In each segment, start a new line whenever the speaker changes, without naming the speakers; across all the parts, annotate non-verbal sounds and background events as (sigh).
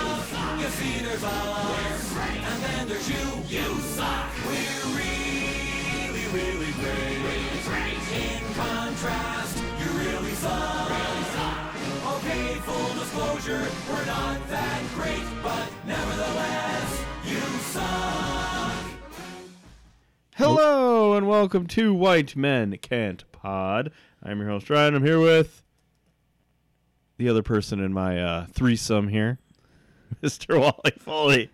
the Cedar Falls. And then there's you, you suck. We're really, really great. In contrast, you really suck. Okay, full disclosure, we're not that great, but nevertheless, you suck.
Hello and welcome to White Men Can't Pod. I'm your host Ryan. I'm here with the other person in my uh, threesome here, (laughs) Mr. Wally Foley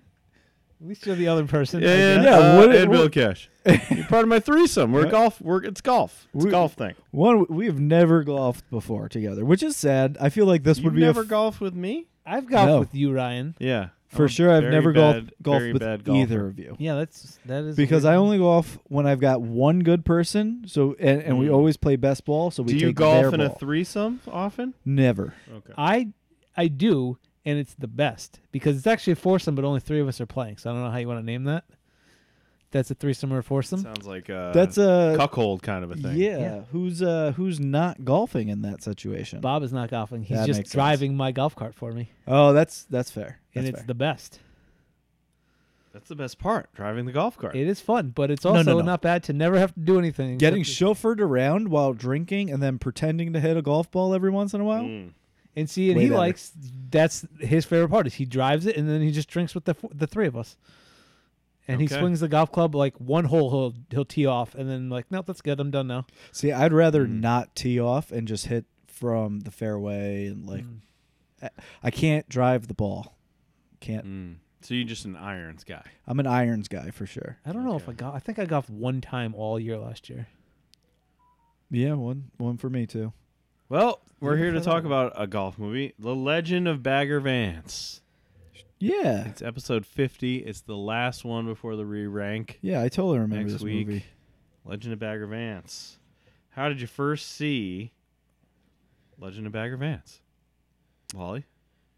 At least you're the other person. I
and,
guess.
uh,
what-
and Bill
what-
Cash. You're part of my threesome.
(laughs)
We're golf. We're it's golf. It's a
We-
golf thing.
One, we have never golfed before together, which is sad. I feel like this
You
would be
never
a f-
golf with me?
I've golfed
No.
with you, Ryan.
Yeah,
for
I'm
sure. I've
very
never
bad-
golfed golfed
very
with
bad golfer.
either of you
Yeah, that's that is
because
weird.
I only golf when I've got one good person. So and, and we
Mm.
always play best ball. So we
Do you
take
golf
their
in a
ball.
threesome often?
Never.
Okay.
I I do, and it's the best because it's actually a foursome, but only three of us are playing. So I don't know how you want to name that. That's a threesome or a foursome.
Sounds like uh,
That's a
cuckold kind of a thing.
yeah,
Yeah.
Who's uh who's not golfing in that situation?
Bob is not golfing; he's
That
just
makes sense.
driving my golf cart for me,
Oh, that's that's fair.
and
That's
it's
fair.
the best.
That's the best part. Driving the golf cart.
It is fun, but it's
No, no,
also
no.
not bad to never have to do anything.
Getting
except-
chauffeured around while drinking and then pretending to hit a golf ball every once in a while.
Mm.
and see, and
way
he
better.
likes that's his favorite part is he drives it, and then he just drinks with the f- the three of us. And he
Okay.
swings the golf club like one hole. He'll he'll tee off, and then like, nope, that's good. I'm done now.
See, I'd rather
Mm.
not tee off and just hit from the fairway and
Hmm.
like
Mm.
I- I can't drive the ball. Can't.
Mm. So you're just an irons guy.
I'm an irons guy for sure.
I don't know if
Okay.
I golf. I think I golfed one time all year last year.
Yeah, one one for me too.
Well, we're
Yeah,
here to (laughs)
fair.
talk about a golf movie, The Legend of Bagger Vance.
Yeah.
It's episode 50. It's the last one before the re rank
Yeah, I totally remember
next
this
week.
movie.
Legend of Bagger Vance. How did you first see Legend of Bagger Vance? Wally?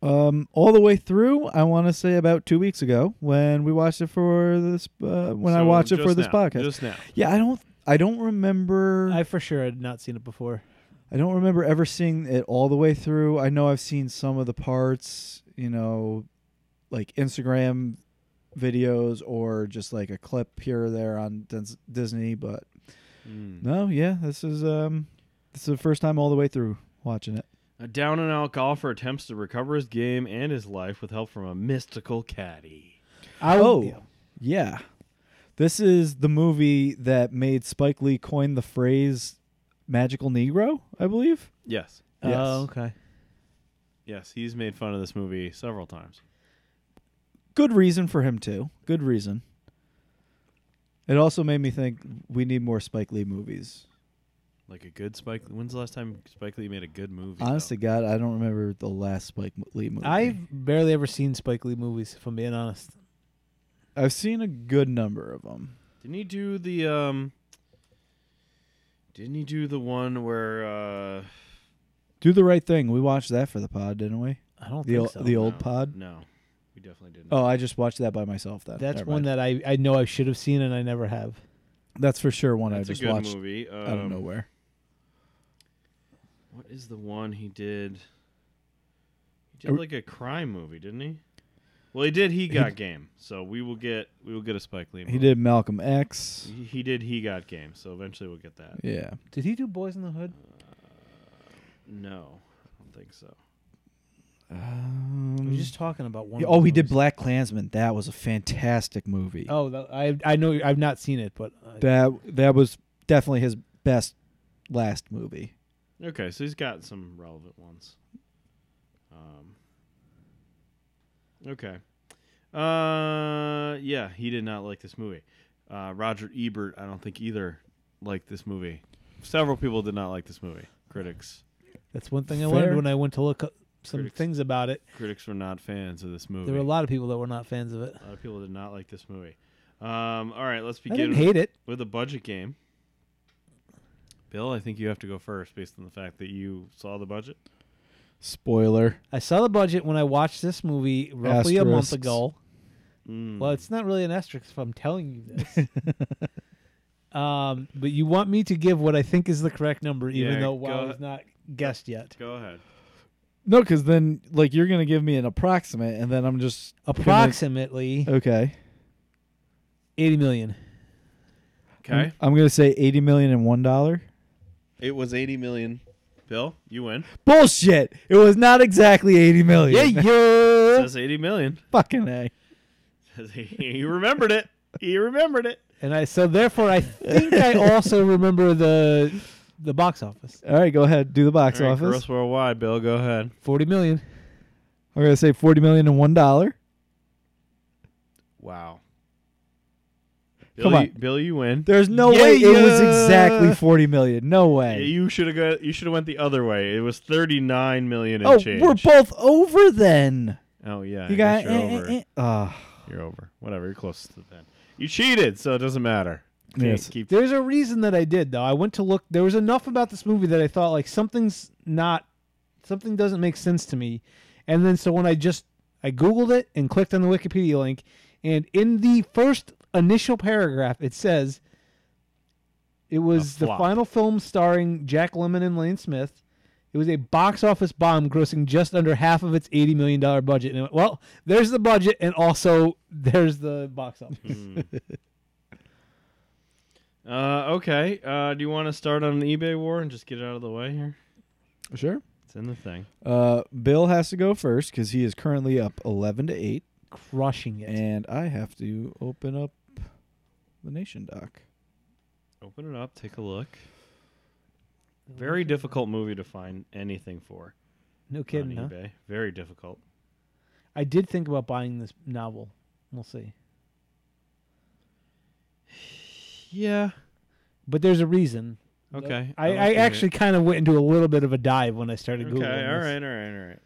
Um, all the way through, I want to say about two weeks ago when we watched it for this uh, when I
So
watched it for
just
this
now,
podcast.
Just now.
yeah, I don't I don't remember
I for sure had not seen it before.
I don't remember ever seeing it all the way through. I know I've seen some of the parts, you know, like Instagram videos or just like a clip here or there on Dis- Disney, but
Mm.
no, yeah, this is um this is the first time all the way through watching it.
A down and out golfer attempts to recover his game and his life with help from a mystical caddy.
I
Oh. Yeah. This is the movie that made Spike Lee coin the phrase magical negro, I believe.
Yes.
Oh,
Yes.
okay.
Yes. He's made fun of this movie several times.
Good reason for him too. Good reason. It also made me think we need more Spike Lee movies.
Like a good Spike. When's the last time Spike Lee made a good movie? though?
Honest to God, I don't remember the last Spike Lee movie.
I've barely ever seen Spike Lee movies, if I'm being honest.
I've seen a good number of them.
Didn't he do the um? Didn't he do the one where uh?
Do the right thing. We watched that for the pod, didn't we?
I don't
The
think
ol-
so.
the old
no,
pod.
No, we definitely didn't.
Oh, I just watched that by myself. Then
That's
Never
one
mind.
that I, I know I should have seen and I never have.
That's for sure one
that's
I just
a good
watched
movie. Um,
out of nowhere.
What is the one he did? He did
I re-
like a crime movie, didn't he? Well, he did. He got game. So we will get we will get a Spike Lee. Movie.
He did Malcolm X.
He, he did. He got game. So eventually we'll get that.
Yeah,
Did he do Boys in the Hood?
No, I don't think so.
um,
We were just talking about one.
yeah,
of
oh,
those
he did
movies.
Black Klansman. That was a fantastic movie.
Oh, tha- I I know I've not seen it, but I,
That that was definitely his best last movie.
Okay, so he's got some relevant ones. Um, okay. Uh, yeah, he did not like this movie. Uh, Roger Ebert, I don't think either liked this movie. Several people did not like this movie. Critics,
that's one thing I
Fair.
learned when I went to look up some
Critics.
things about it.
critics were not fans of this movie.
There were a lot of people that were not fans of it.
A lot of people did not like this movie. Um, all right, let's
I didn't
begin
hate it.
with a budget game. Bill, I think you have to go first based on the fact that you saw the budget.
Spoiler.
I saw the budget when I watched this movie roughly a month
Asterisks.
ago.
Mm.
Well, it's not really an asterisk if I'm telling you this. um, but you want me to give what I think is the correct number, even
Yeah,
though
go
wow,
a-
it's not guessed yet.
Go ahead.
No, because then like you're gonna give me an approximate, and then I'm just gonna-
Approximately
okay.
80 million.
Okay.
I'm, I'm gonna say eighty million and one dollar.
It was 80 million. Bill, you win.
Bullshit! It was not exactly eighty
Yeah,
million.
It
yeah.
says 80 million.
(laughs) fucking a.
he (laughs) remembered it. He remembered it.
And I so therefore I think I also remember the the box office.
All right, go ahead, do the box
All right,
office.
Gross worldwide, Bill. Go ahead.
40 million.
I'm gonna say forty million and one dollar.
Wow. Bill,
Come
You,
on.
Bill, you win.
There's no way it was
Yeah.
exactly forty million. No
Yeah,
way.
You should have got. You should have went the other way. It was thirty nine million and
oh,
change.
we're both over then.
oh yeah,
You
I guess
got.
you're
eh,
over.
eh, eh. Ah.
You're over. Whatever. You're close to the pen. You cheated, so it doesn't matter. Can't
Yes. (laughs)
Keep
There's a reason that I did though. I went to look. There was enough about this movie that I thought like something's not, something doesn't make sense to me, and then so when I just I googled it and clicked on the Wikipedia link, and in the first initial paragraph it says, it was the
flop.
final film starring Jack Lemmon and Lane Smith. It was a box office bomb, grossing just under half of its eighty million dollar budget. And it went, well, there's the budget, and also (laughs) there's the box office.
mm. Uh, okay. Uh, do you want to start on an eBay war and just get it out of the way here?
Sure.
It's in the thing.
Uh, Bill has to go first because he is currently up eleven to eight.
Crushing it.
And I have to open up the nation doc.
Open it up. Take a look. Very difficult movie to find anything for
No kidding, huh?
on eBay. Very difficult.
I did think about buying this novel. We'll see.
Yeah.
But there's a reason.
Oh, Okay.
I,
like
I
it.
actually kind of went into a little bit of a dive when I started
Okay. All
Googling. this.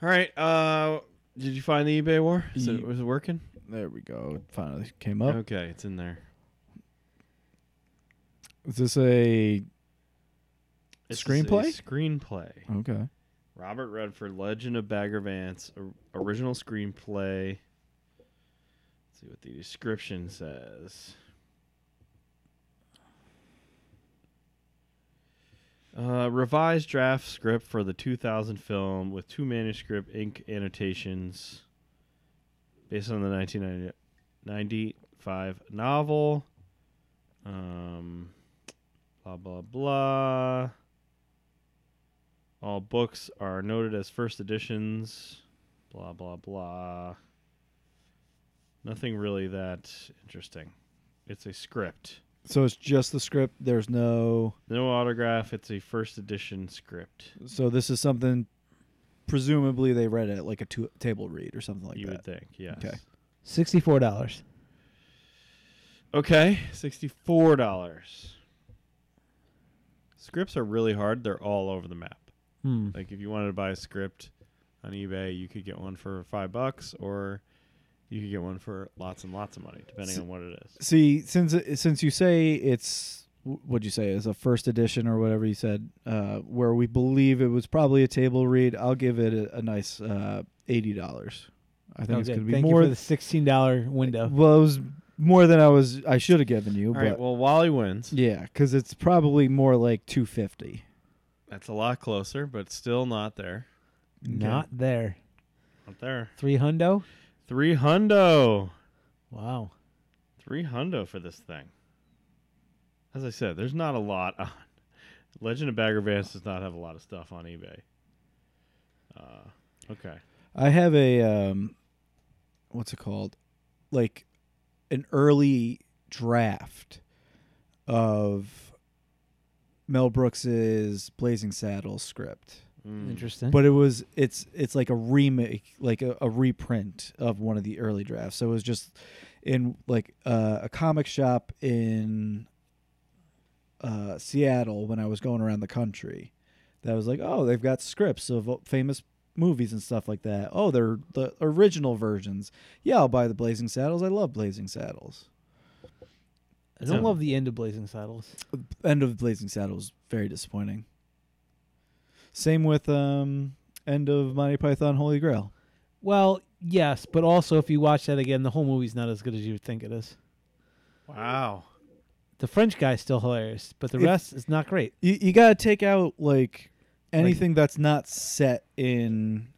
right. All right. All right. All right. Uh, did you find the eBay war? Is it,
Ye-
was it working?
There we go. It Finally came up.
Okay, it's in there.
Is this a
This is a
Screenplay?
Screenplay.
okay?
Robert Redford, Legend of Bagger Vance, or- original screenplay. Let's see what the description says. Uh, revised draft script for the 2000 film with two manuscript ink annotations based on the 1995 novel. Um, blah, blah, blah. All books are noted as first editions. Blah, blah, blah. Nothing really that interesting. It's a script.
So it's just the script. There's no.
No autograph. It's a first edition script,
So this is something. Presumably they read it at like a two- table read or something like
you would
that.
think. Yes.
Okay.
Sixty-four dollars.
Okay. $64. Scripts are really hard. They're all over the map.
Hmm.
Like if you wanted to buy a script on eBay, you could get one for 5 bucks or you could get one for lots and lots of money depending
S-
on what it is.
See, since it- since you say it's what'd you say is a first edition or whatever you said, uh, where we believe it was probably a table read, I'll give it a, a nice uh, eighty dollars. I think it's
Okay,
going to be
Thank
more
you for the sixteen-dollar window.
Well, it was more than I was. I should have given you,
All
but
right, well, Wally wins.
yeah, because it's probably more like two fifty.
That's a lot closer, but still not there.
Not there.
Not there.
Three hundo.
Three hundo.
Wow.
Three hundo for this thing. As I said, there's not a lot on. Legend of Bagger Vance does not have a lot of stuff on eBay. Uh, okay.
I have a um, what's it called? Like an early draft of Mel Brooks's Blazing Saddles script.
Hmm.
Interesting.
But it was it's it's like a remake, like a, a reprint of one of the early drafts. So it was just in like uh, a comic shop in uh, Seattle when I was going around the country. That was like, oh, they've got scripts of uh, famous movies and stuff like that. Oh, they're the original versions. Yeah, I'll buy the Blazing Saddles. I love Blazing Saddles.
I don't
so-
love the end of Blazing Saddles.
End of Blazing Saddles very disappointing. Same with um, end of Monty Python Holy Grail.
Well, yes, but also if you watch that again, the whole movie's not as good as you would think it is.
Wow.
The French guy's still hilarious, but the
If-
rest is not great.
you, you gotta take out like anything that's not set in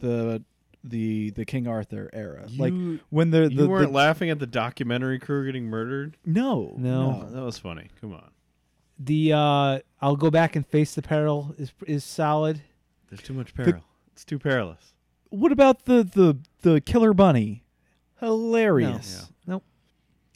the the the King Arthur era. like
You-
when they're
You
the,
weren't
the-
laughing at the documentary crew getting murdered.
no,
No.
Oh, that was funny. Come on,
The uh, I'll go back and face the peril is is solid.
there's too much peril. it's too perilous.
What about the the the killer bunny? Hilarious.
No, nope.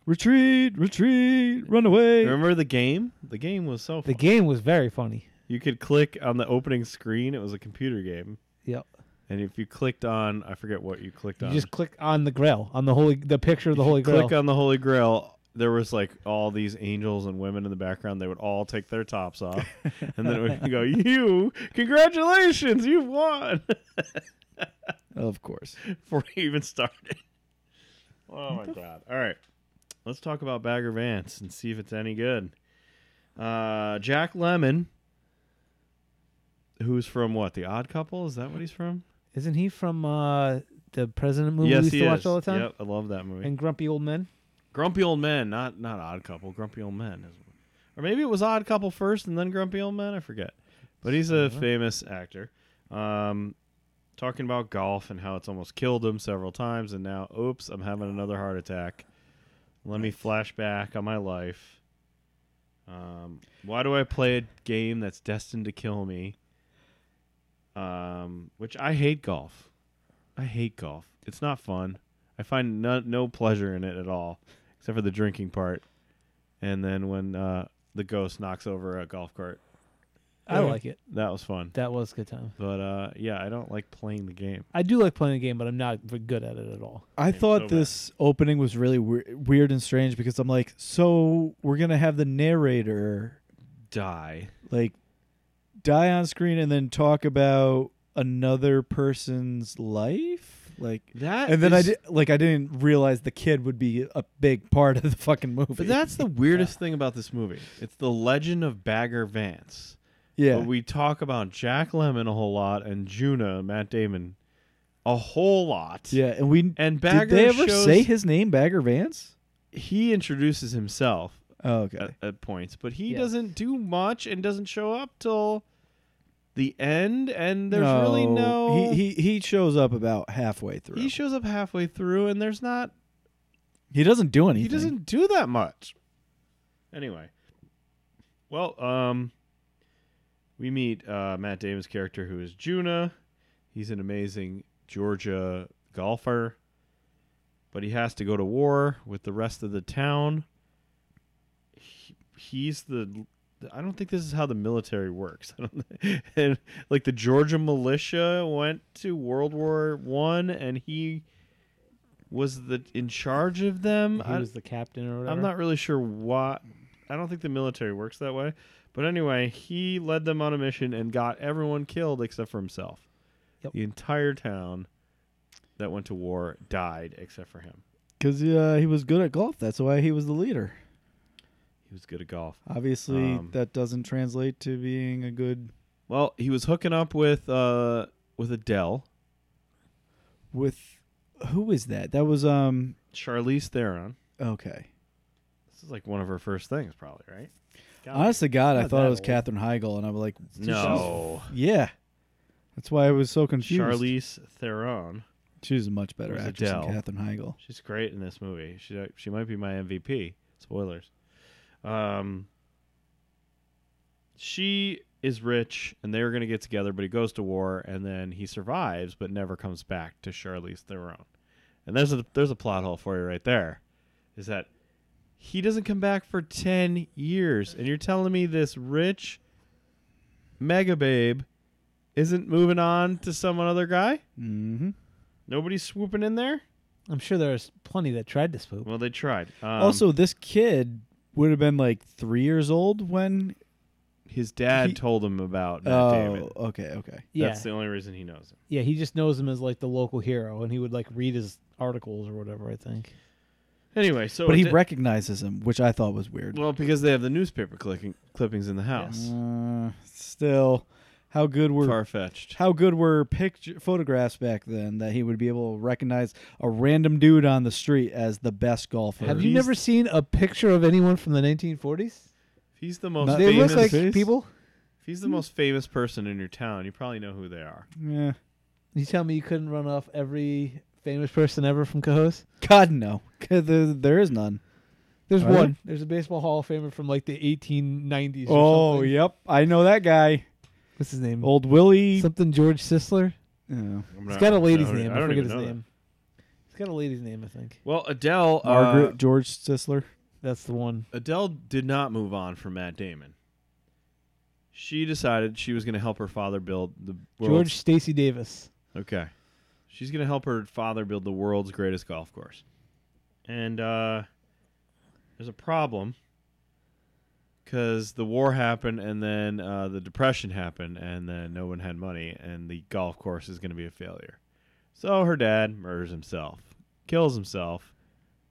Retreat, retreat, run away.
Remember the game? The game was so
The
fun.
game was very funny.
you could click on the opening screen. It was a computer game,
Yep.
and if you clicked on, I forget what you clicked
You
on.
just click on the Grail, on the holy, the picture of the Holy Grail.
click on the Holy Grail. There was like all these angels and women in the background. They would all take their tops
(laughs)
off, and then it would go, "You, congratulations, you've won!" (laughs)
Of course.
Before you even started. Oh my god! All right, let's talk about Bagger Vance and see if it's any good. Uh, Jack Lemon, who's from what? The Odd Couple? Is that what he's from?
Isn't he from uh, the President movie
yes,
we used
he
to
is.
watch all the time?
Yep, I love that movie.
And Grumpy Old Men.
Grumpy Old Men, not not Odd Couple. Grumpy Old Men, is, or maybe it was Odd Couple first and then Grumpy Old Men. I forget. But he's a famous actor. Um, talking about golf and how it's almost killed him several times, and now, oops, I'm having another heart attack. Let me flash back on my life. Um, why do I play a game that's destined to kill me? Um, which I hate golf. I hate golf. It's not fun. I find no, no pleasure in it at all, except for the drinking part. And then when uh, the ghost knocks over a golf cart,
I like it.
that was fun.
That was a good time.
But uh, yeah, I don't like playing the game.
I do like playing the game, but I'm not v- good at it at all.
I thought
so bad.
this opening was really weir- weird and strange because I'm like, so we're gonna have the narrator
Die.
like die on screen and then talk about another person's life, like.
That
And then I
is-
did, like I didn't realize the kid would be a big part of the fucking movie.
But that's the weirdest thing about this movie. It's the legend of Bagger Vance.
yeah,
But we talk about Jack Lemon a whole lot and Juna, Matt Damon, a whole lot.
yeah, and we
And
did
Bagger
they ever
shows-
say his name, Bagger Vance?
he introduces himself
Oh, okay,
at, at points, but he
Yeah.
doesn't do much and doesn't show up till the end. And there's really no.
He, he he shows up about halfway through.
he
He,
shows up halfway through, and there's not.
doesn't do anything.
He doesn't do that much. Anyway, well, um, we meet uh, Matt Damon's character, who is Juna. He's an amazing Georgia golfer, but he has to go to war with the rest of the town. He, he's the. I don't think this is how the military works. (laughs) I don't, and like the Georgia militia went to World War One, and he was the in charge of them.
He
I-
was the captain or whatever.
I'm not really sure why. I don't think the military works that way. But anyway, he led them on a mission and got everyone killed except for himself.
Yep.
The entire town that went to war died except for him.
because uh, he was good at golf. That's why he was the leader.
He was good at golf.
Obviously,
Um,
that doesn't translate to being a good
Well, he was hooking up with uh with Adele,
with. Who is that? That was um.
Charlize Theron.
Okay.
This is like one of her first things, probably, right?
Honest to God, I
Not
thought
that
it was
old.
Katherine Heigl, and I'm like,
No,
yeah. That's why I was so confused.
Charlize Theron.
She's a much better
Where's
actress
Adele?
than Katherine Heigl.
She's great in this movie. She she might be my MVP. Spoilers. Um, she is rich, and they were going to get together, but he goes to war, and then he survives, but never comes back to Charlize Theron. And there's a there's a plot hole for you right there, is that he doesn't come back for ten years, and you're telling me this rich mega babe isn't moving on to some other guy? Um,
Mm-hmm.
Nobody's swooping in there.
I'm sure there's plenty that tried to spook.
Well, they tried. Um,
also, this kid would have been like three years old when.
His dad
He-
told him about Matt
Oh,
Damon.
okay, okay.
yeah,
That's the only reason he knows him.
yeah. He just knows him as like the local hero, and he would like read his articles or whatever. I think.
Anyway, so
but he
it-
recognizes him, which I thought was weird.
well because they have the newspaper clicking, clippings in the house.
Uh, still, how good were
Far fetched.
how good were picture photographs back then that he would be able to recognize a random dude on the street as the best golfer?
Have you
He's-
never seen a picture of anyone from the 1940s?
He's the most
Not-
They
famous.
look like
Face?
people.
if If he's the most famous person in your town, you probably know who they are.
Yeah.
You tell me you couldn't run off every famous person ever from Cahos?
God no. (laughs) 'Cause There, there is none.
There's
Are
one. There's a baseball Hall of Famer from like the 1890s. Or
Oh
something.
yep, I know that guy.
What's his name?
Old Willie.
Something George Sisler.
Oh.
I'm
He's
not-
got a lady's
I don't-
name.
I
I,
don't even
forget his
know that.
name. He's got a lady's name, I think.
Well, Adele, uh,
Margaret George Sisler.
That's the one.
Adele did not move on from Matt Damon. She decided she was going to help her father build the world's-
George Stacy Davis.
Okay. She's going to help her father build the world's greatest golf course. And uh, there's a problem because the war happened and then uh, the depression happened and then no one had money and the golf course is going to be a failure. So her dad murders himself, kills himself,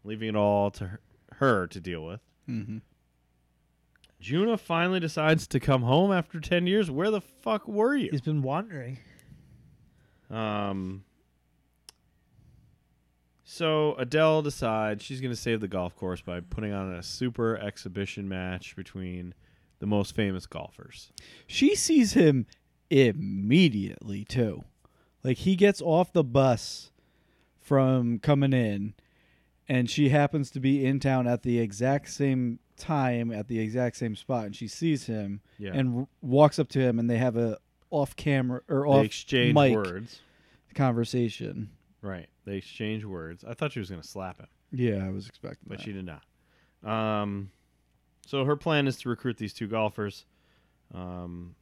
leaving it all to her, her to deal with.
Mm-hmm.
Juna finally decides to come home after 10 years. Where the fuck were you?
He's been wandering.
Um, so Adele decides she's going to save the golf course by putting on a super exhibition match between the most famous golfers.
She sees him immediately too. Like he gets off the bus from coming in and she happens to be in town at the exact same time at the exact same spot and she sees him
Yeah.
and r- walks up to him and they have a off camera or
They
off
exchange
mic
words.
conversation.
Right. They exchange words. I thought she was going to slap him,
Yeah, I was expecting
but
that.
she did not. Um, so her plan is to recruit these two golfers. Um,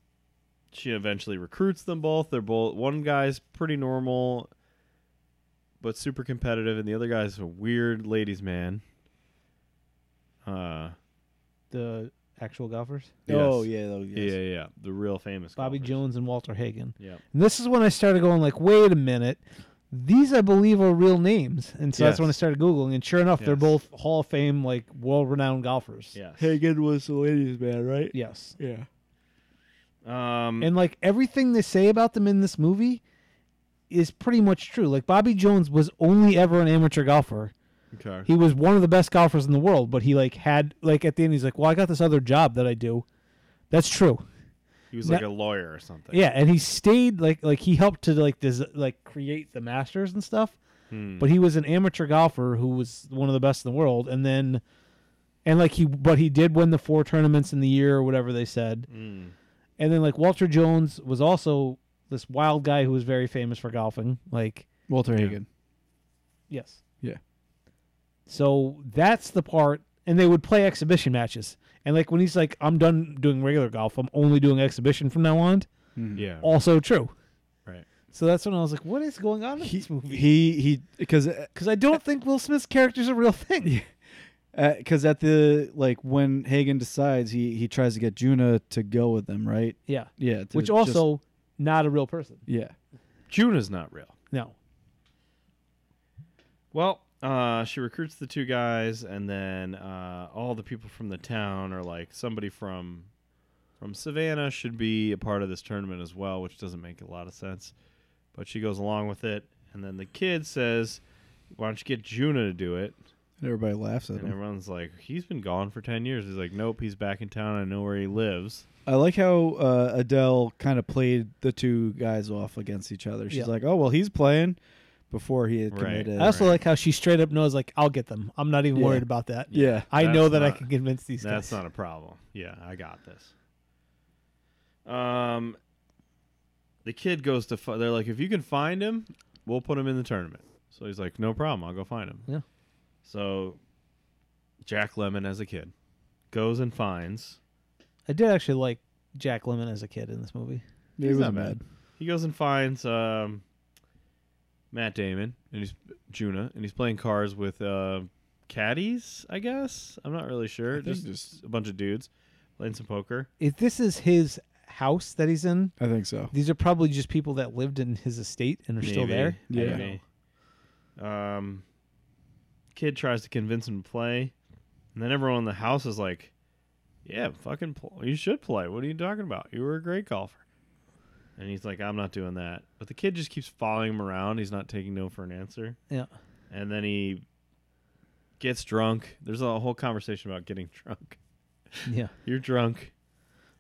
she eventually recruits them both. They're both one guy's pretty normal, but super competitive, and the other guy's a weird ladies' man. Uh,
The actual golfers.
Oh
yes.
yeah, though,
yeah,
yes.
yeah, yeah, the real famous
Bobby
golfers.
Jones and Walter Hagen.
Yeah,
And this is when I started going like, wait a minute. These I believe are real names. And so that's when I
Yes.
started Googling. And sure enough, they're
Yes.
both Hall of Fame, like world renowned golfers.
yes.
Hagen was the ladies' man, right?
Yes.
Yeah.
Um,
And like everything they say about them in this movie is pretty much true. Like Bobby Jones was only ever an amateur golfer.
okay.
He was one of the best golfers in the world, but he like had like at the end he's like, "Well, I got this other job that I do." That's true.
He was like a lawyer or something.
Yeah, and he stayed like like he helped to like des- like create the Masters and stuff.
Hmm.
But he was an amateur golfer who was one of the best in the world, and then and like he but he did win the four tournaments in the year or whatever they said.
Hmm.
And then like Walter Jones was also this wild guy who was very famous for golfing. Like
Walter Hagen.
yes,
Yeah.
So that's the part, and they would play exhibition matches. And like when he's like, "I'm done doing regular golf. I'm only doing exhibition from now on."
Mm-hmm.
Yeah.
Also true.
Right.
So that's when I was like, "What is going on in
He
this movie?"
he he uh, because
Because I don't think Will Smith's character's a real thing.
because uh, at the like when Hagen decides he he tries to get Juna to go with them, right?
Yeah.
Yeah, to
Which
just-
also not a real person.
yeah.
Juna's not real.
No.
Well, uh, she recruits the two guys, and then uh, all the people from the town are like somebody from from Savannah should be a part of this tournament as well, which doesn't make a lot of sense. But she goes along with it, and then the kid says, "Why don't you get Juna to do it?"
And everybody laughs at
And
him.
everyone's like, "He's been gone for ten years." He's like, "Nope, he's back in town. I know where he lives."
I like how uh, Adele kind of played the two guys off against each other. She's
Yeah.
like, "Oh well, he's playing," before he had
Right.
committed.
I also
Right.
like how she straight up knows, like, I'll get them. I'm not even
Yeah.
worried about that.
yeah,
I
That's
know that I
not-
can convince these
That's
guys.
not a problem. Yeah, I got this. Um, the kid goes to. Fi- they're like, if you can find him, we'll put him in the tournament. So he's like, no problem. I'll go find him.
Yeah.
So Jack Lemon, as a kid, goes and finds.
I did actually like Jack Lemon as a kid in this movie.
it
he's
was
not bad.
bad.
He goes and finds um, Matt Damon and he's Juna, and he's playing cars with uh, caddies. I guess I'm not really sure.
think
Just,
just-
a bunch of dudes playing some poker.
If this is his house that he's in,
I think so.
these are probably just people that lived in his estate and are still
Maybe.
there.
Yeah.
I don't know.
Maybe. Um, kid tries to convince him to play, and then everyone in the house is like, "Yeah, fucking, pl- you should play. What are you talking about? You were a great golfer." And he's like, "I'm not doing that." But the kid just keeps following him around. He's not taking no for an answer.
Yeah.
And then he gets (laughs) drunk. There's a whole conversation about getting drunk.
Yeah.
You're drunk.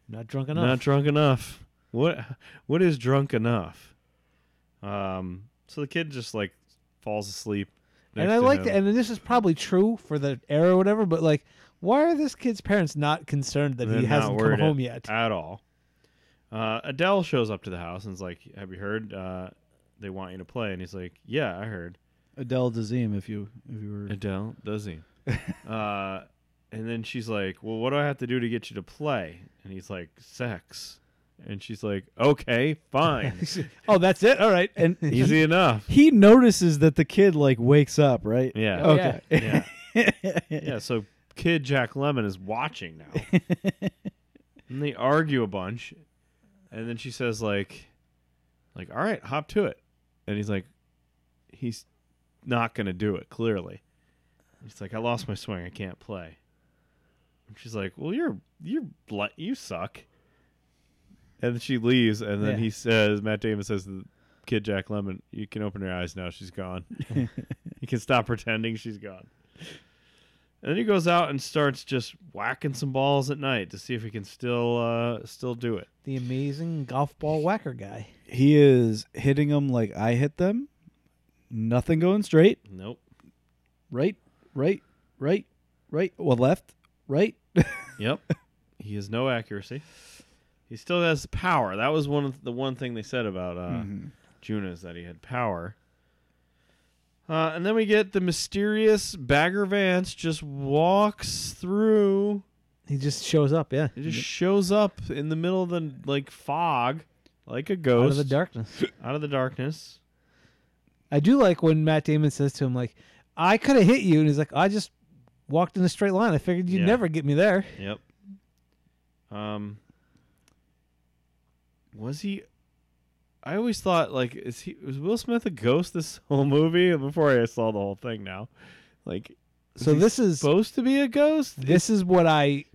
Not drunk enough.
Not drunk enough. What what is drunk enough? Um so the kid just like falls asleep.
and
next
I
to
like
him.
that. And this is probably true for the era or whatever, but like, why are this kid's parents not concerned that
They're
he
not
hasn't come
worried
home
at-
yet?
at all. Uh, Adele shows up to the house and is like, "Have you heard? Uh, they want you to play." And he's like, "Yeah, I heard."
Adele Dazeem, if you if you were
Adele does he? (laughs) uh, and then she's like, "Well, what do I have to do to get you to play?" And he's like, "Sex." And she's like, "Okay, fine,
oh, that's it. All right.
and
easy enough."
he notices that the kid like wakes up, right?
Yeah.
Oh,
okay.
Yeah. Yeah. So kid Jack Lemon is watching now. and they argue a bunch. And then she says like like, all right, hop to it. And he's like, he's not gonna do it, clearly. He's like, I lost my swing, I can't play. And she's like, Well you're you're bl- you suck. And then she leaves and then
Yeah.
he says Matt Damon says to the kid Jack Lemon, you can open your eyes now, she's gone. you can stop pretending she's gone. And then he goes out and starts just whacking some balls at night to see if he can still uh, still do it.
(laughs) The amazing golf ball whacker guy.
(laughs) He is hitting them like I hit them. Nothing going straight.
Nope.
Right, right, right, right. Well, left, right. (laughs)
Yep. (laughs) he has no accuracy. He still has power. That was one of the one thing they said about uh,
Mm-hmm.
Mm-hmm.
Juna is that he had power. Uh, and then we get the mysterious Bagger Vance just walks through.
He just shows up, yeah,
It just shows up in the middle of the like fog, like a
out
ghost
of the darkness.
out of the darkness.
I do like when Matt Damon says to him, like, "I could have hit you," and he's like, "I just walked in a straight line. I figured you'd
Yeah.
never get me there."
Yep. Um was he I always thought like is he was Will Smith a ghost this (laughs) whole movie before I saw the whole thing now. Like is
So
he
this is
supposed to be a ghost?
this is what I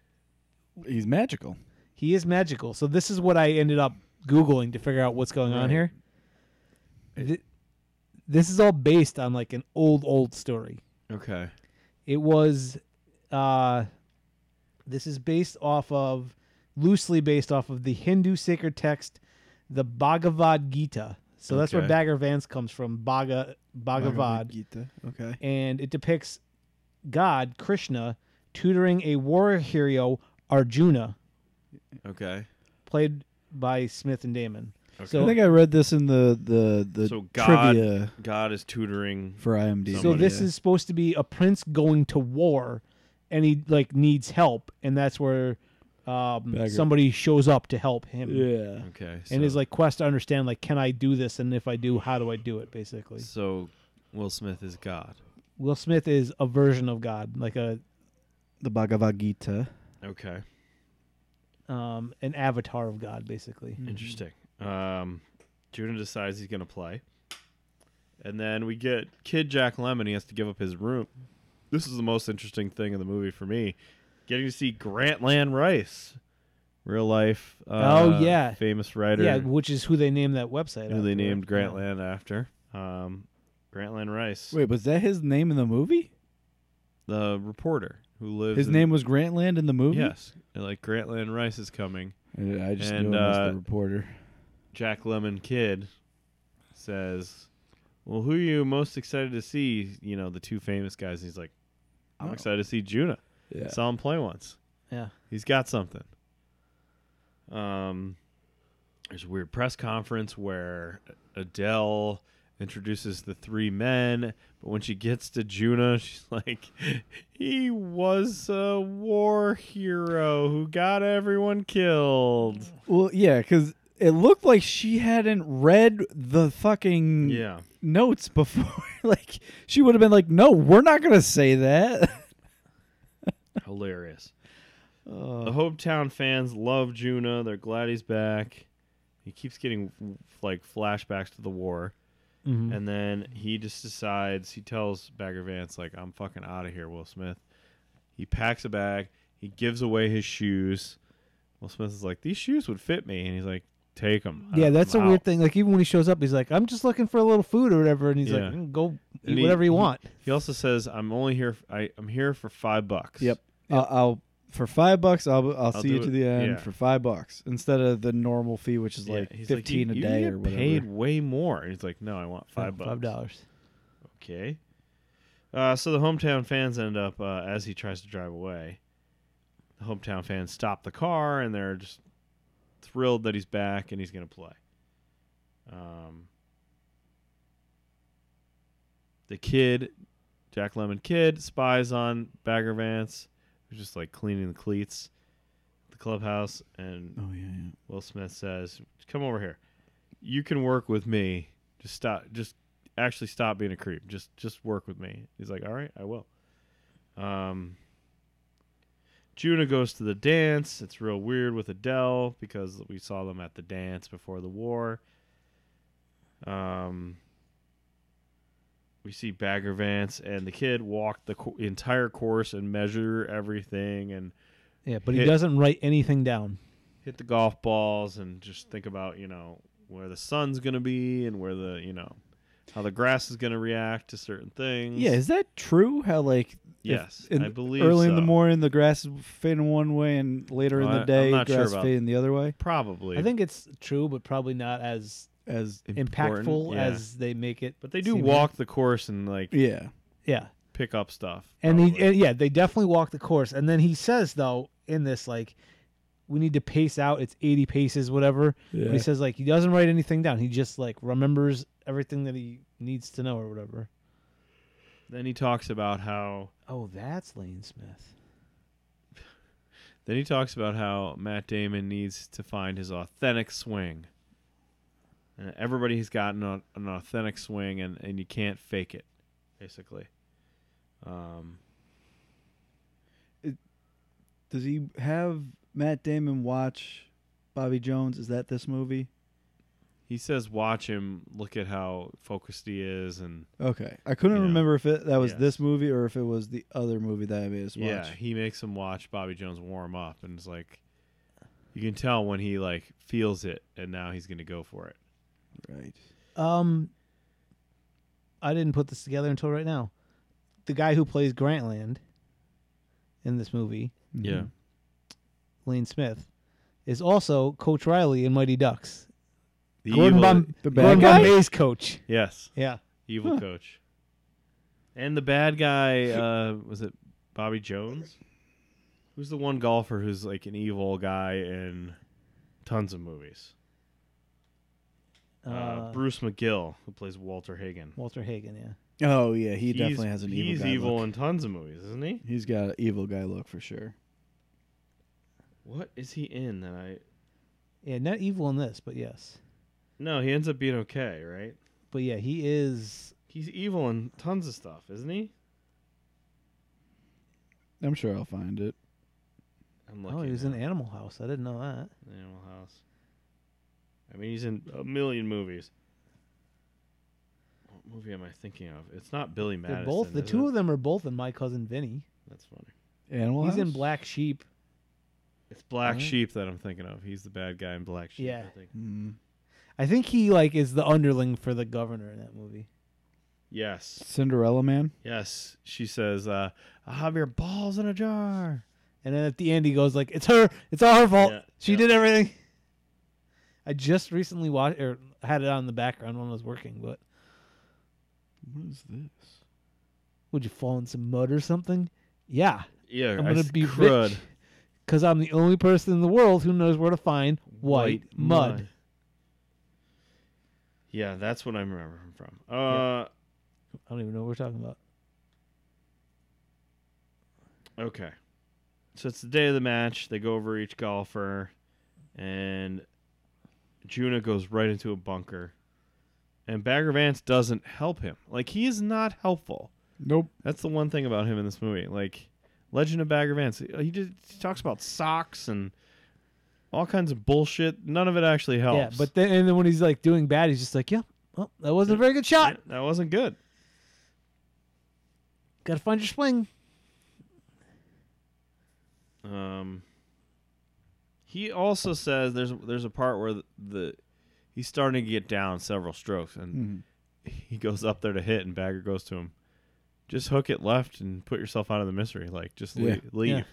He's magical.
he is magical. So this is what I ended up googling to figure out what's going on
Right.
here. Th- This is all based on like an old old story.
Okay.
It was uh this is based off of loosely based off of the Hindu sacred text the Bhagavad Gita. So that's where
Okay.
Bagger Vance comes from, Bhaga Bhagavad
Gita. Okay.
and it depicts God, Krishna, tutoring a warrior hero, Arjuna,
Okay.
played by Smith and Damon.
I
So,
think I read this in the the the
So God-
trivia
God is tutoring
for IMDb.
so
somebody,
this is supposed to be a prince going to war, and he like needs help, and that's where um,
Beggar.
somebody shows up to help him.
yeah.
Okay. So,
And his like quest to understand like can I do this and if I do how do I do it basically.
so Will Smith is God.
Will Smith is a version of God like a
The Bhagavad Gita.
Okay.
um, an avatar of God basically.
Mm-hmm.
Interesting. Um, Judah decides he's going to play. And then we get Kid Jack Lemon. He has to give up his room. This is the most interesting thing in the movie for me. Getting to see Grantland Rice, real life. Uh,
Oh, yeah.
Famous writer
Yeah, which is who they named that website.
who
after.
they named Grantland after. Um, Grantland Rice,
Wait, was that his name in the movie?
the reporter who lives.
His
in-
name was Grantland in the movie.
Yes. And, like Grantland Rice is coming.
I just
And,
knew him as
uh,
the reporter.
Jack Lemon Kid says, "Well, who are you most excited to see? You know, the two famous guys." And he's like, "I'm
Oh.
excited to see Juna.
Yeah.
Saw him play once.
Yeah.
He's got something." Um, there's a weird press conference where Adele introduces the three men, but when she gets to Juna, (laughs) she's like, "He was a war hero who got everyone killed."
Well, yeah, because it looked like she hadn't read the fucking
Yeah.
notes before. (laughs) like she would have been like, "No, we're not gonna say that." (laughs)
Hilarious.
Uh,
the hometown fans love Juna. They're glad he's back. He keeps getting like flashbacks to the war,
Mhm.
and then he just decides. He tells Bagger Vance like, "I'm fucking out of here, Will Smith." He packs a bag. He gives away his shoes. Will Smith is like, "These shoes would fit me," and he's like, "Take them."
Yeah, that's a weird thing. Like even when he shows up, he's like, "I'm just looking for a little food or whatever," and he's
Yeah.
like, "Mm, "Go eat
And he-
whatever
he-
you want."
He also says, "I'm only here. f- I, am here for five bucks."
Yep. I'll, I'll for five bucks, I'll I'll, see
do
you to
it."
the end
Yeah.
for five bucks instead of the normal fee, which is
Yeah,
like
he's like,
fifteen
"You-
a day
you get
or whatever.
Paid way more, and he's like, "No, I want five bucks."
Five dollars.
Okay. Uh, so the hometown fans end up uh, as he tries to drive away. The hometown fans stop the car and they're just thrilled that he's back and he's going to play. Um, the kid, Jack Lemon kid, spies on Bagger Vance, who's just like cleaning the cleats, at the clubhouse, and
Oh yeah, yeah.
Will Smith says, "Come over here. You can work with me. Just stop. Just actually stop being a creep. Just just work with me." He's like, "All right, I will." Um, Juno goes to the dance. It's real weird with Adele because we saw them at the dance before the war. Um, we see Bagger Vance and the kid walk the co- entire course and measure everything and
Yeah, but he
Hit-
doesn't write anything down.
hit the golf balls and just think about you know where the sun's going to be and where the you know how the grass is going to react to certain things.
Yeah, is that true? How like if
Yes,
in-
I believe
early in
so.
the morning the grass is fading one way, and later in
Well, I-
the
I'm
day
not sure
grass
about-
fading the other way.
probably.
I think it's true, but probably not as
As
Important,
impactful
yeah.
as they make it.
but they do
seem.
walk the course and like
yeah,
Yeah,
pick up stuff.
and, he,
probably.
and yeah, they definitely walk the course. And then he says though in this like, we need to pace out. It's eighty paces, whatever. But
yeah.
he says like he doesn't write anything down. He just like remembers everything that he needs to know or whatever.
then he talks about how
Oh, that's Lane Smith.
then he talks about how Matt Damon needs to find his authentic swing. And everybody has gotten an, an authentic swing, and, and you can't fake it, basically. Um,
Does he have Matt Damon watch Bobby Jones? Is that this movie?
He says, "Watch him. Look at how focused he is." And
Okay, I couldn't
You know,
remember if it that was
yes.
this movie or if it was the other movie that I made us watch.
yeah, he makes him watch Bobby Jones warm up, and it's like you can tell when he like feels it, and now he's gonna go for it.
right.
Um, I didn't put this together until right now. The guy who plays Grantland in this movie,
Mhm.
Lane Smith, is also Coach Riley in Mighty Ducks.
the
Gordon,
evil,
Bom-
the bad
Gordon
guy?
Bombay's coach.
yes,
Yeah.
evil
Huh.
coach, and the bad guy uh, was it Bobby Jones? Who's the one golfer who's like an evil guy in tons of movies? Uh,
Uh,
Bruce McGill, who plays Walter Hagen.
Walter Hagen, yeah.
Oh yeah, he
He's-
definitely has an evil.
He's
guy
evil
Look.
in tons of movies, isn't he?
He's got an evil guy look for sure.
What is he in that I?
Yeah, not evil in this, but yes.
No, he ends up being okay, right?
But yeah, he is.
He's evil in tons of stuff, isn't he?
I'm sure I'll find it.
I'm
Oh, he was
now.
in Animal House. I didn't know that.
Animal House. I mean, he's in a million movies. What movie am I thinking of? It's not Billy Madison.
They're both the
is
two
it?
of them are both in My Cousin Vinny.
That's funny.
Animal
He's in
House?
Black Sheep.
It's Black
Alright.
Sheep that I'm thinking of. He's the bad guy in Black Sheep.
Yeah.
I think.
Mm.
I think he like is the underling for the governor in that movie.
Yes.
Cinderella Man.
Yes. She says, uh, "I have your balls in a jar."
And then at the end, he goes like, "It's her. It's all her fault.
Yeah,
she
yeah.
did everything." I just recently watched or had it on in the background when I was working. But
What is this?
would you fall in some mud or something? Yeah,
Yeah.
I'm
I
gonna
s-
be
crud.
rich because I'm the only person in the world who knows where to find white, mud.
Yeah, that's what I remember him from. Uh,
I don't even know what we're talking about.
Okay. So it's the day of the match. They go over each golfer, and Juna goes right into a bunker. And Bagger Vance doesn't help him. Like, he is not helpful.
Nope.
That's the one thing about him in this movie. Like, Legend of Bagger Vance, he, just, he talks about socks and all kinds of bullshit. None of it actually helps.
Yeah, but then and then when he's like doing bad, he's just like, "Yeah, well, that wasn't a very good shot.
that wasn't good.
Got to find your swing."
Um, he also says there's there's a part where the, the he's starting to get down several strokes, and
Mhm.
he goes up there to hit, and Bagger goes to him, just hook it left and put yourself out of the misery. Like just
Yeah.
leave, leave.
Yeah.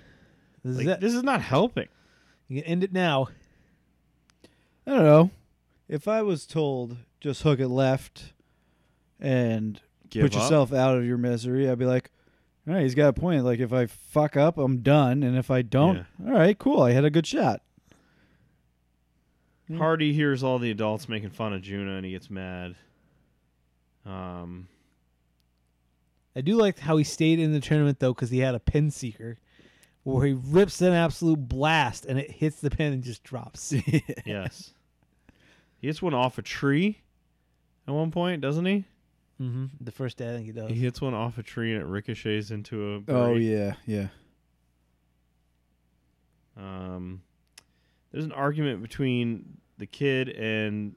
This is
Like,
it.
this is not helping.
You can end it now.
I don't know. If I was told just hook it left and
Give
put
up.
yourself out of your misery, I'd be like, all right, he's got a point. Like if I fuck up, I'm done, and if I don't, all right, cool. I had a good shot.
Mm-hmm.
Hardy hears all the adults making fun of Juno and he gets mad.
(laughs)
Um,
I do like how he stayed in the tournament though, because he had a pin seeker, where he rips an absolute blast and it hits the pin and just drops.
yes. He hits one off a tree at one point, doesn't he?
hmm The first day I think he does.
He hits one off a tree and it ricochets into a.
Oh
grate.
yeah, yeah.
Um, there's an argument between the kid and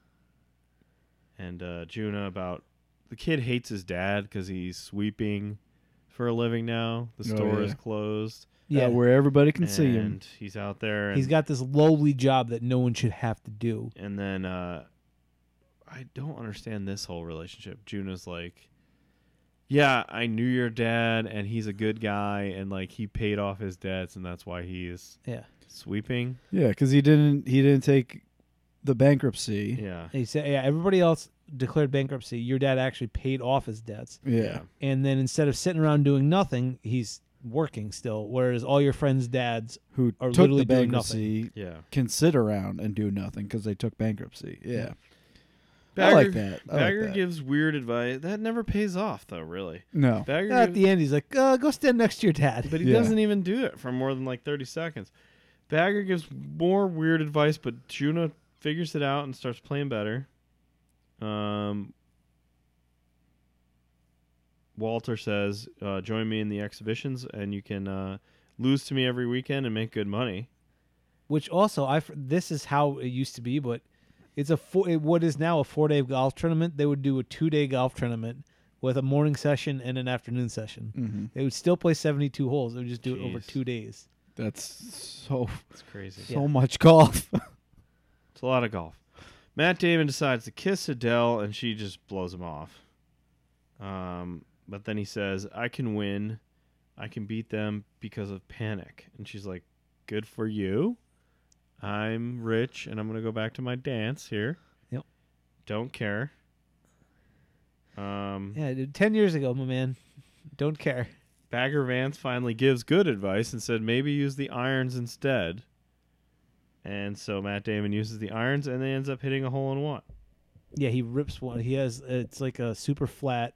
and uh, Juna about the kid hates his dad because he's sweeping for a living now. The
Oh,
store is
yeah.
closed.
yeah,
Uh, where everybody can
and
see him.
He's out there. And,
he's got this lowly job that no one should have to do.
and then uh, I don't understand this whole relationship. Juna's like. Yeah, I knew your dad, and he's a good guy, and like he paid off his debts, and that's why he is
Yeah,
sweeping.
Yeah, because he didn't he didn't take the bankruptcy.
Yeah,
he said. Yeah, everybody else declared bankruptcy. Your dad actually paid off his debts,
Yeah.
and then instead of sitting around doing nothing, he's working still. Whereas all your friends' dads
Who
Or
took
literally
the
doing nothing.
bankruptcy
yeah.
can sit around and do nothing because they took bankruptcy. Yeah.
Bagger,
I like that. I like
Bagger
that.
gives weird advice. That never pays off, though, really.
No.
Bagger,
At
gives-
the end, he's like, uh, "Go stand next to your dad."
but he
Yeah.
doesn't even do it for more than like 30 seconds. Bagger gives more weird advice, but Juno figures it out and starts playing better. Um, Walter says, uh, "Join me in the exhibitions, and you can uh, lose to me every weekend and make good money."
Which also, I f- this is how it used to be, but it's a four, it- what is now a four day golf tournament. They would do a two day golf tournament with a morning session and an afternoon session.
Mm-hmm.
They would still play seventy two holes. They would just do it over
Jeez.
two days.
That's so
It's crazy.
Yeah.
so
(laughs)
much golf.
It's a lot of golf. Matt Damon decides to kiss Adele, and she just blows him off. Um, but then he says, "I can win. I can beat them because of panic." And she's like, "Good for you. I'm rich, and I'm gonna go back to my dance here.
Yep.
Don't care." Um,
Yeah, dude, ten years ago, my man. Don't care.
Bagger Vance finally gives good advice and said maybe use the irons instead. And so Matt Damon uses the irons, and then ends up hitting a hole in one.
Yeah, he rips one. He has it's like a super flat,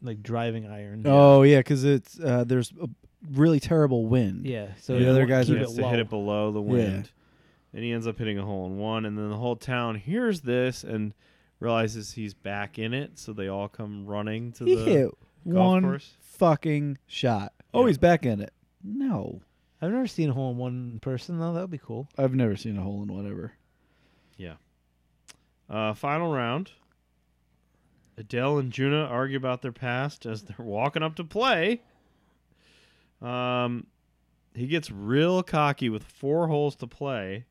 like driving iron.
Oh yeah, because it's uh, there's a really terrible wind.
Yeah. So
The other guys
he
keep
are-
it
has to
low.
hit it below the
Yeah.
wind. And he ends up hitting a hole in one, and then the whole town hears this and realizes he's back in it, so they all come running to
he
the
hit one
course?
fucking shot. Oh,
Yeah.
he's back in it. No,
I've never seen a hole in one in person though. That would be cool.
I've never seen a hole in whatever.
Uh, final round. Adele and Juna argue about their past as they're (laughs) walking up to play. Um, he gets real cocky with four holes to play,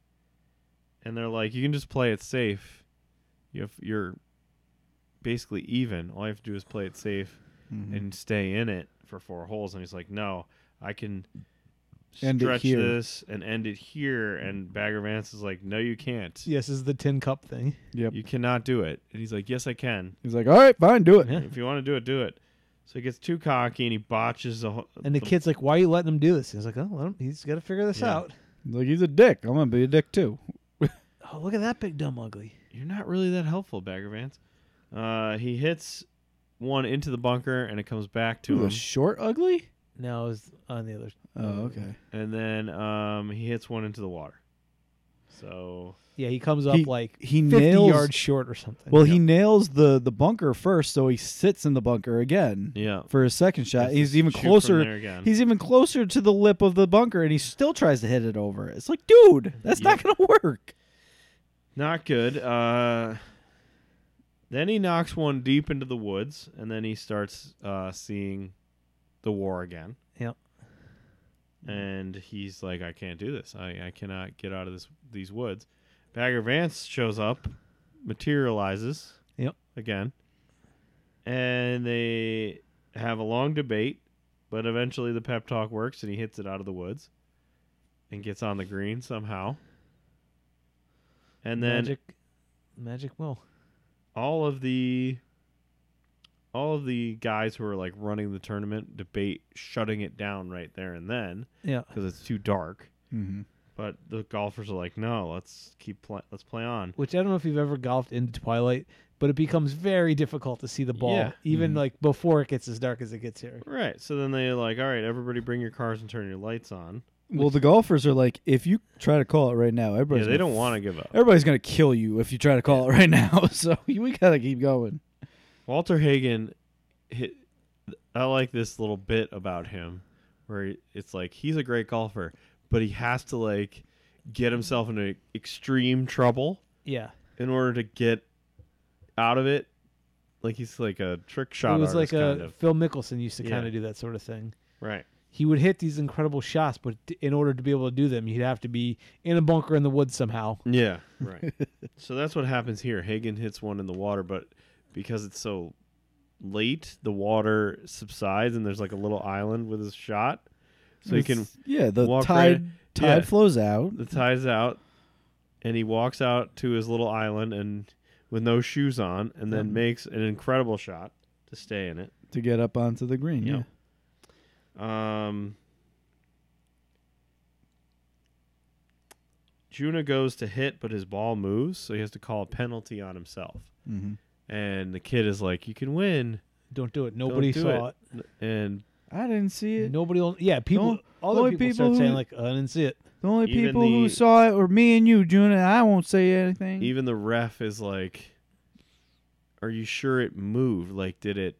and they're like, "You can just play it safe. You have, you're basically even. All you have to do is play it safe
Mm-hmm.
and stay in it for four holes." And he's like, "No, I can."
End it
stretch
here."
this and end it here and Bagger Vance is like, No you can't.
Yes, this is the tin cup thing.
Yep.
You cannot do it. And he's like, Yes, I can.
He's like, all right, fine, do it.
Yeah.
If you want to do it, do it. So he gets too cocky and he botches the whole.
And the kid's like, "Why are you letting him do this?" He's like, "Oh, let him, he's got to figure this
Yeah.
out."
He's like he's a dick. I'm gonna be a dick too.
Oh, look at that big dumb ugly.
You're not really that helpful, Bagger Vance. Uh, he hits one into the bunker and it comes back to
Ooh, a
him.
short ugly.
No, it's on the other.
Oh, okay.
and then um, he hits one into the water. So
Yeah, he comes up
He-
like
he
fifty
nails-
yards short or something.
Well, he nails the the bunker first, so he sits in the bunker again
yeah,
for his second shot.
Gets
He's
to
even
shoot from there
closer.
again.
He's even closer to the lip of the bunker, and he still tries to hit it over. It's like, dude, that's not gonna work.
not good. Uh, then he knocks one deep into the woods, and then he starts uh, seeing the war again.
Yep.
and he's like, I can't do this. I, I cannot get out of this these woods. Bagger Vance shows up, materializes.
Yep.
Again. And they have a long debate, but eventually the pep talk works and he hits it out of the woods. and gets on the green somehow. And then
magic, magic will.
all of the all of the guys who are like running the tournament debate shutting it down right there and then
Yeah.
because it's too dark.
Mm-hmm.
But the golfers are like, no, let's keep play. Let's play on.
Which I don't know if you've ever golfed into twilight, but it becomes very difficult to see the ball,
Yeah.
even
Mhm.
like before it gets as dark as it gets here.
Right. So then they're like, all right, everybody, bring your cars and turn your lights on.
Well, the golfers are like, if you try to call it right now, everybody's
yeah, they
gonna
don't want to give up.
Everybody's gonna kill you if you try to call it right now. (laughs) So we gotta keep going.
Walter Hagen, hit, I like this little bit about him where he- it's like he's a great golfer, but he has to like get himself into extreme trouble
Yeah.
in order to get out of it. Like he's like a trick shot
it was like
artist,
a,
kind of.
Phil Mickelson used to
Yeah.
kind of do that sort of thing.
Right.
He would hit these incredible shots, but t- in order to be able to do them, he'd have to be in a bunker in the woods somehow.
Yeah, right. (laughs) so that's what happens here. Hagen hits one in the water, but because it's so late, the water subsides and there's like a little island with his shot. So he can
It's- yeah, the
walk
tide
right-
tide
yeah.
flows out.
the tide's out and he walks out to his little island and with no shoes on and then
Mhm.
makes an incredible shot to stay in it.
to get up onto the green.
Yep. Um Juna goes to hit, but his ball moves, so he has to call a penalty on himself.
Yeah. Mm-hmm.
and the kid is like, "You can win."
Don't do it. Nobody
do
saw it.
it. And
I didn't see it.
Nobody will. Yeah, people.
Don't-
Other
only
people,
people
start
who-
saying like, "I didn't see it."
The only
Even
people
the-
who saw it were me and you, June, and I won't say anything.
even the ref is like, "Are you sure it moved? Like, did it?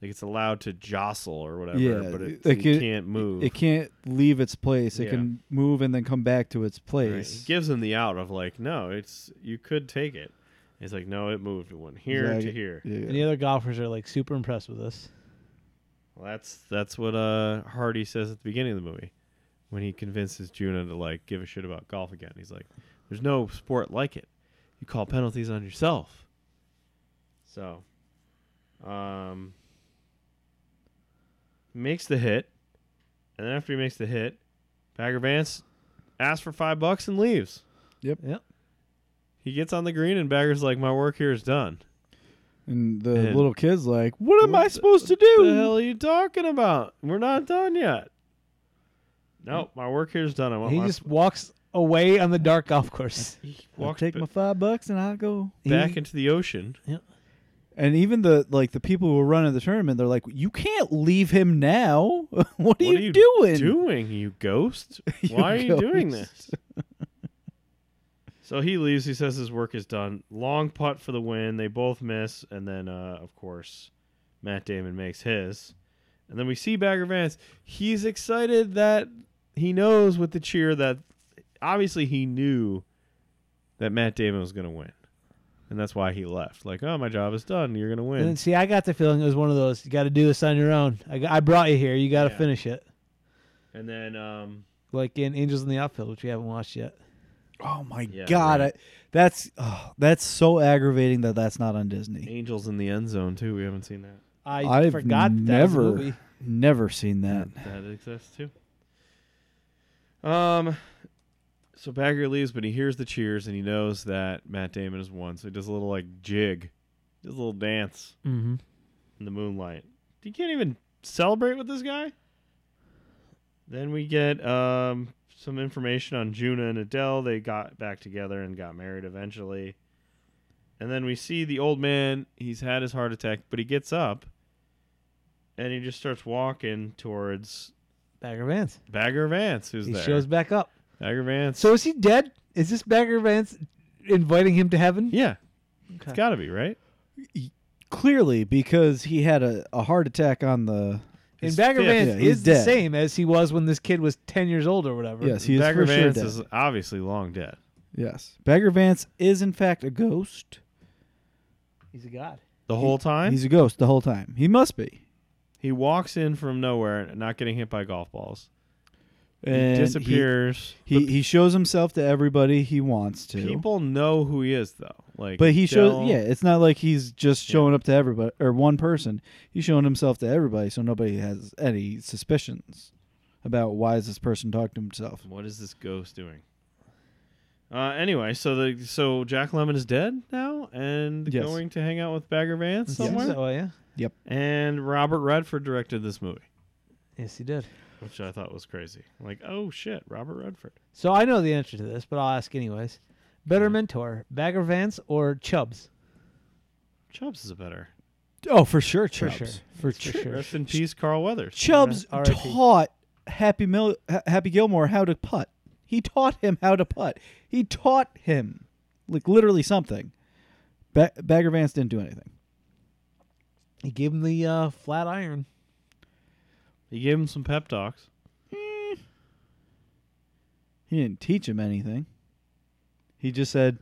Like, it's allowed to jostle or whatever,
Yeah,
but it,
like
it
it-
can't move."
it can't leave its place. It
Yeah.
can move and then come back to its
Right.
place.
He gives him the out of like, "No, it's you could take it." He's like, "No, it moved. It went here to
Exactly.
here."
Yeah.
And the other golfers are like super impressed with us.
Well, that's that's what uh Hardy says at the beginning of the movie when he convinces Juno to like give a shit about golf again. He's like, "There's no sport like it. You call penalties on yourself." So, um, makes the hit, and then after he makes the hit, Bagger Vance asks for five bucks and leaves.
Yep.
He gets on the green, and Bagger's like, "My work here is done."
And the
And-
little kid's like, "What am
What
I supposed to
What
do?"
the hell are you talking about? We're not done yet. Nope, my work here's done. I want
he
my
just walks away on the dark
(laughs)
golf course.
he
I'll
walks
take
ba-
my five bucks and I go.
back
He-
into the ocean.
And even the like the people who were running the tournament, they're like, "You can't leave him now. (laughs) what, are,
what
you, doing?"
Doing you ghost?
(laughs) You
Why are you doing this?
ghost.
so he leaves. He says his work is done. Long putt for the win. They both miss, and then uh, of course, Matt Damon makes his. And then we see Bagger Vance. He's excited that he knows with the cheer that obviously he knew that Matt Damon was going to win. And that's why he left. Like, oh, my job is done. You're going to win.
And see, I got the feeling it was one of those. You got to do this on your own. I, I brought you here. You got to
Yeah.
finish it.
And then um,
Like in Angels in the Outfield, which we haven't watched yet.
Oh my
Yeah,
god,
right.
I, that's oh, that's so aggravating that that's not on Disney.
Angels in the End Zone, too. We haven't seen that.
I
I've
forgot that, that was a
never
movie.
never seen that.
that exists too. Um, so Bagger leaves, but he hears the cheers and he knows that Matt Damon has won. So he does a little like jig, does a little dance
Mm-hmm.
in the moonlight. You can't even celebrate with this guy. Then we get um some information on Juna and Adele. They got back together and got married eventually. And then we see the old man. He's had his heart attack, but he gets up and he just starts walking towards
Bagger Vance.
Bagger Vance, who's
He
there?
shows back up.
Bagger Vance.
So is he dead? Is this Bagger Vance inviting him to heaven?
yeah,
Okay.
it's got to be right.
Clearly, because he had a, a heart attack on the.
and
He's
Bagger
fifth.
Vance
Yeah, he's
is the
dead.
same as he was when this kid was ten years old or whatever.
Yes, he is
Bagger
for sure
Vance
dead.
is obviously long dead.
Yes, Bagger Vance is in fact a ghost.
he's a god.
The whole time
He's a ghost the whole time. He must be.
he walks in from nowhere, not getting hit by golf balls.
And
he disappears.
He, he he shows himself to everybody he wants to.
People know who he is though. Like,
but he
Del-
shows. Yeah, it's not like he's just showing up to everybody or one person. He's showing himself to everybody, so nobody has any suspicions about why is this person talking to himself?
What is this ghost doing? Uh, anyway, so the so Jack Lemon is dead now and
Yes.
going to hang out with Bagger Vance
Yes.
somewhere.
So, uh, yeah.
And Robert Redford directed this movie,
Yes, he did.
which I thought was crazy. Like, oh shit, Robert Redford.
So I know the answer to this, but I'll ask anyways. Better
Hmm.
mentor, Bagger Vance or Chubbs?
Chubbs is a better.
Oh, for sure, Chubbs.
sure. For
For, sure.
sure.
Rest in peace, Carl Weathers.
Chubbs
R- RIP.
taught Happy Mil- Ha- Happy Gilmore how to putt. He taught him how to putt. He taught him like literally something. Ba- Bagger Vance didn't do anything.
He gave him the uh, flat iron.
He gave him some pep talks.
He didn't teach him anything. He just said,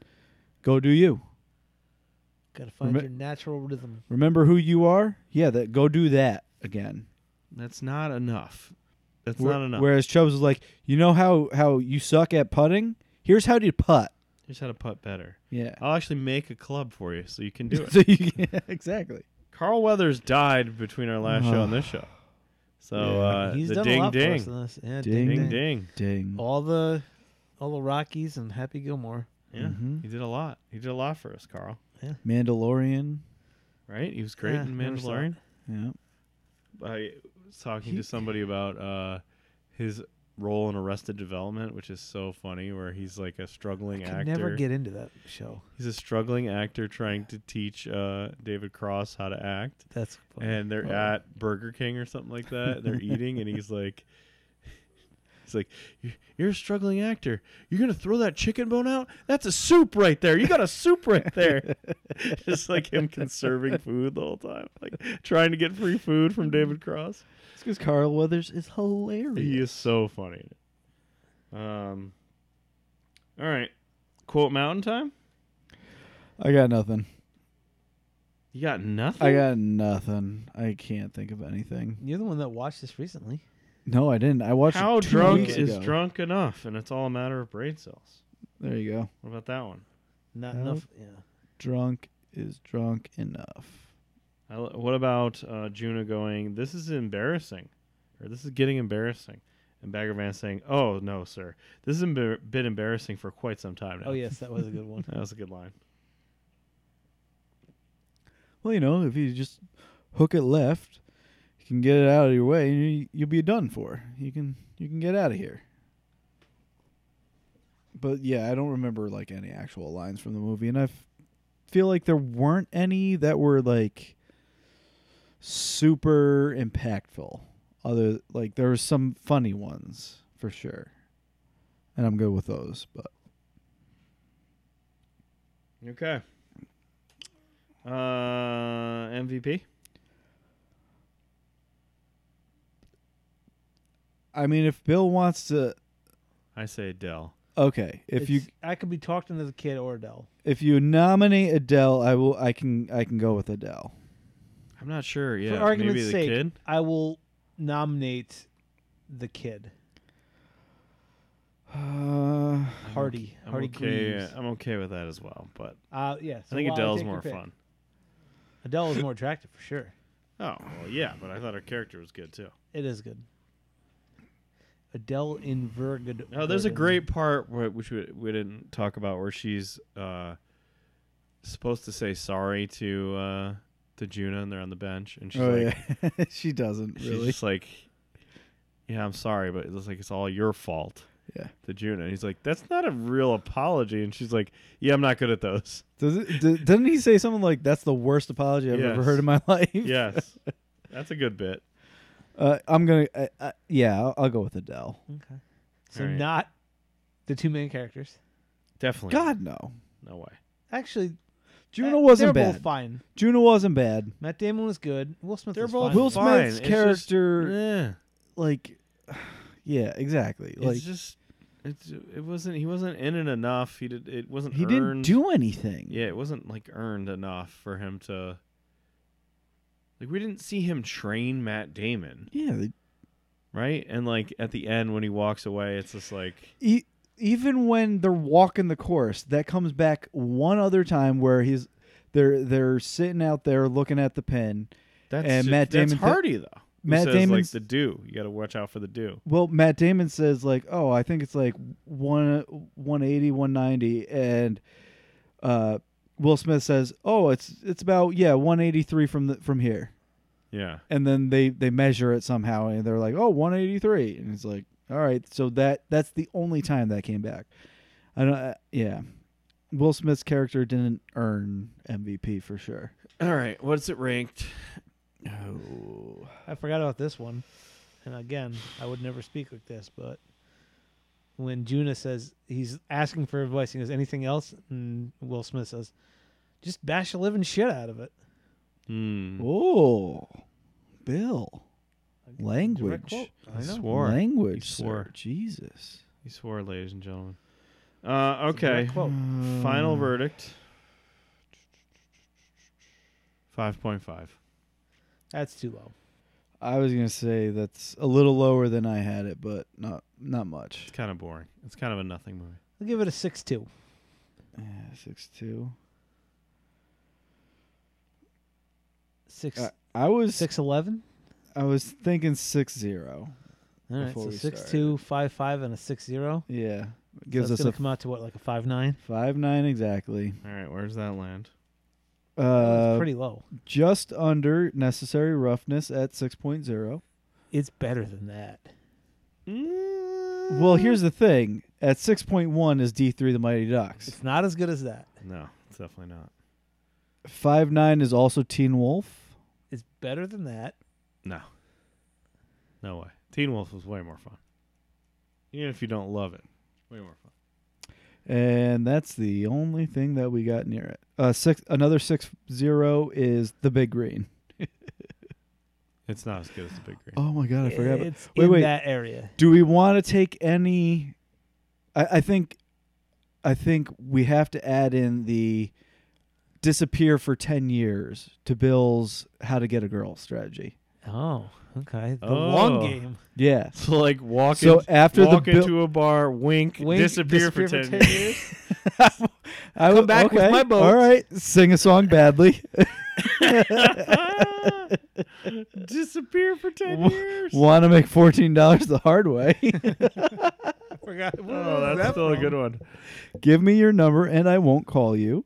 "Go do you.
Gotta find
Remi-
your natural rhythm.
Remember who you are. Yeah, that go do that again."
That's not enough. That's
Wh-
not enough.
Whereas Chubbs was like, "You know how how you suck at putting? Here's how to putt."
Here's how to putt better.
Yeah.
I'll actually make a club for you so you can
(laughs)
do it.
(laughs) so you, (laughs) yeah, exactly.
Carl Weathers died between our last show and this
(sighs)
show. So uh,
He's
the
done
ding
a lot for
ding.
us in this. Yeah,
Ding,
ding,
ding
ding,
ding.
Ding.
All the, all the Rockies and Happy Gilmore.
Yeah,
Mm-hmm.
Mhm.
he did a lot. He did a lot for us, Carl.
Mandalorian.
Right? He was great
Yeah,
in
never saw
Mandalorian.
Yeah.
I was talking
He-
to somebody about uh, his role in Arrested Development, which is so funny, where he's like a struggling
Could
actor.
never get into that show.
he's a struggling actor trying to teach uh, David Cross how to act.
That's funny.
and they're
Oh.
at Burger King or something like that. and (laughs) They're eating, and he's like, (laughs) he's like, "You- you're a struggling actor. You're gonna throw that chicken bone out? That's a soup right there. You got a soup right there. (laughs) Just like him (laughs) conserving food the whole time, like trying to get free food from David Cross.
It's because Carl Weathers is hilarious.
He is so funny. Um. All right, quote Mountain Time.
I got nothing.
You got nothing.
I got nothing. I can't think of anything.
You're the one that watched this recently.
No, I didn't. I watched it
How
two
drunk
weeks
is
ago.
drunk enough? And it's all a matter of brain cells.
There you go.
What about that one?
Not
Nope.
enough. Yeah.
Drunk is drunk enough.
I, l- what about uh, Juno going, this is embarrassing, or this is getting embarrassing? And Bagger Vance saying, oh, no, sir. This has embar- been embarrassing for quite some time now.
Oh yes, that was a
(laughs)
good one.
That was a good line.
Well, you know, if you just hook it left, you can get it out of your way, and you, you'll be done for. You can you can get out of here. But yeah, I don't remember like any actual lines from the movie, and I f- feel like there weren't any that were like super impactful. Other like there were some funny ones for sure, and I'm good with those. But
Okay. Uh, MVP?
I mean, if Bill wants to,
I say Dell.
okay, if you
It's- I could be talking to the kid or Dell.
If you nominate Adele, I will. I can. I can go
(sighs)
with Adele.
I'm not sure. Yeah,
For argument's
maybe the
sake,
kid.
I will nominate the kid,
Uh,
Hardy.
I'm
Hardy
okay.
Greaves.
I'm okay with that as well, but
Uh, yes.
I think Adele's more fun.
Adele is more attractive for sure.
Oh, well, yeah, but I thought her character was good too.
It is good. Adele Invergod.
No, there's
uh,
a Oh, great part where, which we, we didn't talk about where she's uh, supposed to say sorry to uh, to Juna, and they're on the bench, and she's
oh
like,
yeah, (laughs) she doesn't
she's
really.
just like, yeah, I'm sorry, but it's like it's all your fault.
Yeah.
to Juna, and he's like, that's not a real apology, and she's like, yeah, I'm not good at
(laughs)
those.
Does it, do, doesn't he say something like, "That's the worst apology I've ever
Yes.
heard in my (laughs) life"?
yes, that's a good bit.
Uh, I'm gonna. Uh, uh, yeah, I'll, I'll go with Adele.
Okay. So
All right.
not the two main characters.
Definitely.
God no,
no way.
Actually,
Juno
eh,
wasn't
they're both
bad.
fine.
Juno wasn't bad.
Matt Damon was good. Will Smith
They're
was
both
fine.
Will
fine.
Smith's
It's just-
character,
Yeah,
like, (sighs) yeah, exactly. like
it's just. It's, it wasn't. He wasn't in it enough. He did. It wasn't.
he didn't
earned.
do anything.
Yeah, it wasn't like earned enough for him to. Like we didn't see him train Matt Damon,
yeah. they-
right? And like at the end when he walks away, it's just like
e- even when they're walking the course, that comes back one other time where he's they're they're sitting out there looking at the pin.
that's
And Matt
that's
Damon th-
Hardy though. Who
Matt
says like
Damon's-
the do. You got to watch out for the do.
Well, Matt Damon says like, "Oh, I think it's like one 180, 190." And uh Will Smith says, "Oh, it's it's about yeah, 183 from the from here."
Yeah.
And then they they measure it somehow and they're like, "Oh, 183." And it's like, "All right, so that that's the only time that came back." I don't uh, yeah. Will Smith's character didn't earn MVP for sure.
All right. What's it ranked?
Oh.
I forgot about this one. And again, I would never speak like this, but when Juna says he's asking for advice, he goes, anything else? And Will Smith says, just bash the living shit out of it.
Hmm.
Oh. Bill.
Direct
Language.
quote.
I swore.
Language,
He swore.
sir. Jesus.
He swore, ladies and gentlemen. Uh, okay.
Direct quote.
Uh,
Final
Hmm.
verdict. Five point five.
That's too low.
I was gonna say that's a little lower than I had it, but not not much.
It's kind of boring. It's kind of a nothing movie.
I'll give it a 6 2.
Yeah, six two.
6
Uh,
I, I was
611?
I was thinking six zero.
All right,
Before
so
we
6 2, 5 5, and a 6 0.
Yeah, gives
so
us
going
a
to come out to what, like a 5 9?
five nine exactly.
All right. Where's that land?
Uh,
pretty low.
just under necessary roughness at six point zero.
It's better than that.
Well, here's the thing: at six point one is D three the Mighty Ducks.
It's not as good as that.
No, it's definitely not.
Five nine is also Teen Wolf.
It's better than that.
No. No way. Teen Wolf was way more fun. Even if you don't love it, way more fun.
and that's the only thing that we got near it. Uh, six another six zero is the big green.
It's not as good as the Big Green.
Oh my god, I forgot. About,
It's
Wait,
in
wait.
that area.
do we want to take any? I, I think, I think we have to add in the disappear for ten years to Bill's how to get a girl strategy.
Oh, okay. The
Oh.
long game.
Yeah.
So (laughs) like walk
So
in-
after the
walk
Bill-
into a bar, wink,
Wink,
disappear, for ten, years. (laughs)
I
Come back with my boat.
All right, sing a
(laughs)
song badly.
(laughs) Ah! disappear for ten years.
Want to make fourteen dollars the hard way?
I (laughs) forgot.
Oh, that's still a good one.
Give me your number and I won't call you.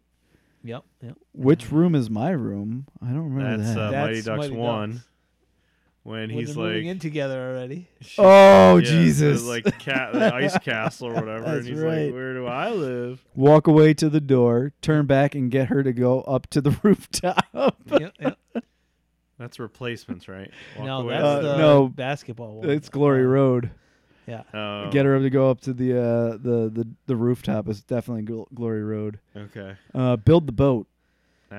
Yep, yep.
Which room is my room? I don't remember
That's uh,
that.
That's
Mighty Ducks
Mighty
one.
Ducks.
When
Well,
he's
they're moving in
like, (laughs)
together already.
oh
yeah,
Jesus!
the, like cat, the ice castle or whatever, and
That's
he's
right.
like, "Where do I live?"
Walk away to the door, turn back, and get her to go up to the (laughs) rooftop.
yep, yep.
That's replacements, right? Walk
No,
away
that's
with
the
Uh, no.
basketball one. Uh,
it's Glory Road.
Yeah.
it. Um, Oh,
Get her up to go up to the uh, the, the the rooftop is definitely Gl- Glory Road.
Okay.
Uh, build the boat.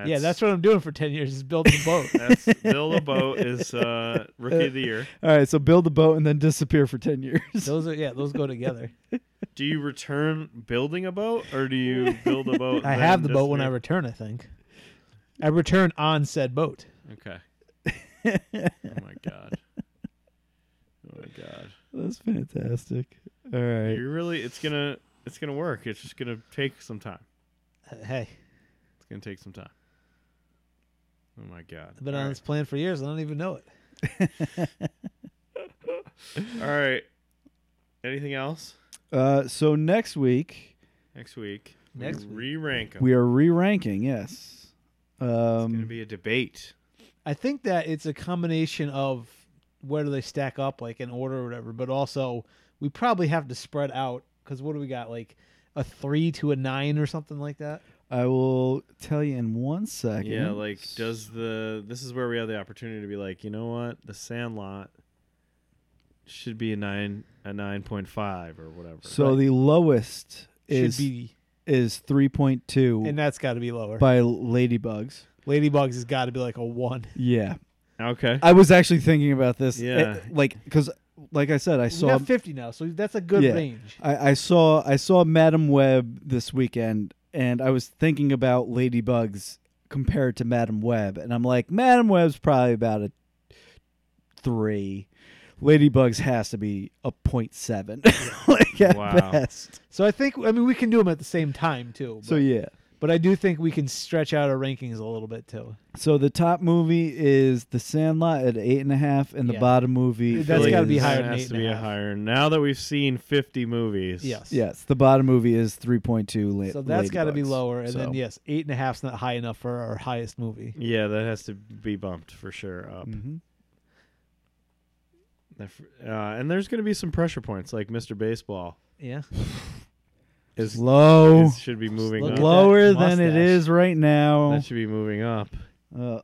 yeah, that's what I'm doing for 10 years is building a boat.
(laughs) That's Bill boat is uh, rookie of the year.
All right, so build the boat and then disappear for ten (laughs) years.
those are yeah, those go together.
Do you return building a boat, or do you build a boat?
I
then
have the boat when I
disappear?
return, I think. I return on said boat. (laughs)
Okay. oh my god. Oh my god.
That's fantastic. All right.
You really it's gonna it's gonna work. It's just gonna take some time.
Uh, Hey,
It's gonna take some time. Oh my god.
I've been
All
on
right.
this plan for years. I don't even know it.
All right. Anything else?
Uh, so next week
Next week.
Next week.
we re-rank 'em.
we are re-ranking. Yes. Um,
it's gonna be a debate.
I think that it's a combination of where do they stack up, like in order or whatever, but also we probably have to spread out because what do we got? Like a three to a nine or something like that?
I will tell you in one second.
Yeah, like does the this is where we have the opportunity to be like, you know what, the Sandlot should be a nine a nine point five or whatever.
so the lowest is
Should be.
is three point two
And that's got to be lower.
by Ladybugs.
Ladybugs has got to be like a one.
Yeah,
okay,
I was actually thinking about this. eh,
Yeah.
like because like I said, I
So
saw
got 50 now, so that's a good
Yeah.
range.
I, I saw I saw Madam Web this weekend, and I was thinking about Ladybugs compared to Madam Web, and I'm like, Madam Web's probably about a three. Ladybugs has to be a point seven, (laughs) like at
Wow.
best.
So I think, I mean, we can do them at the same time too. But,
So yeah,
But I do think we can stretch out our rankings a little bit too.
So the top movie is The Sandlot at eight and a half, and the
Yeah.
bottom movie
That's
is-
gotta be
that
higher than
Has
eight
to
and
be
a
a
half.
higher. Now that we've seen 50 movies,
Yes.
Yes, the bottom movie is three point two. La-
So that's got to be
Ladybugs.
lower, and
So-
then yes, eight and a half's not high enough for our highest movie.
yeah, that has to be bumped for sure up.
Mm-hmm.
Mhm.
The fr- Uh, and there's going to be some pressure points, like Mr. Baseball
Yeah,
is,
low,
is- should be moving
look
up.
at
lower
that
than it
mustache.
is right now.
That should be moving up.
Uh,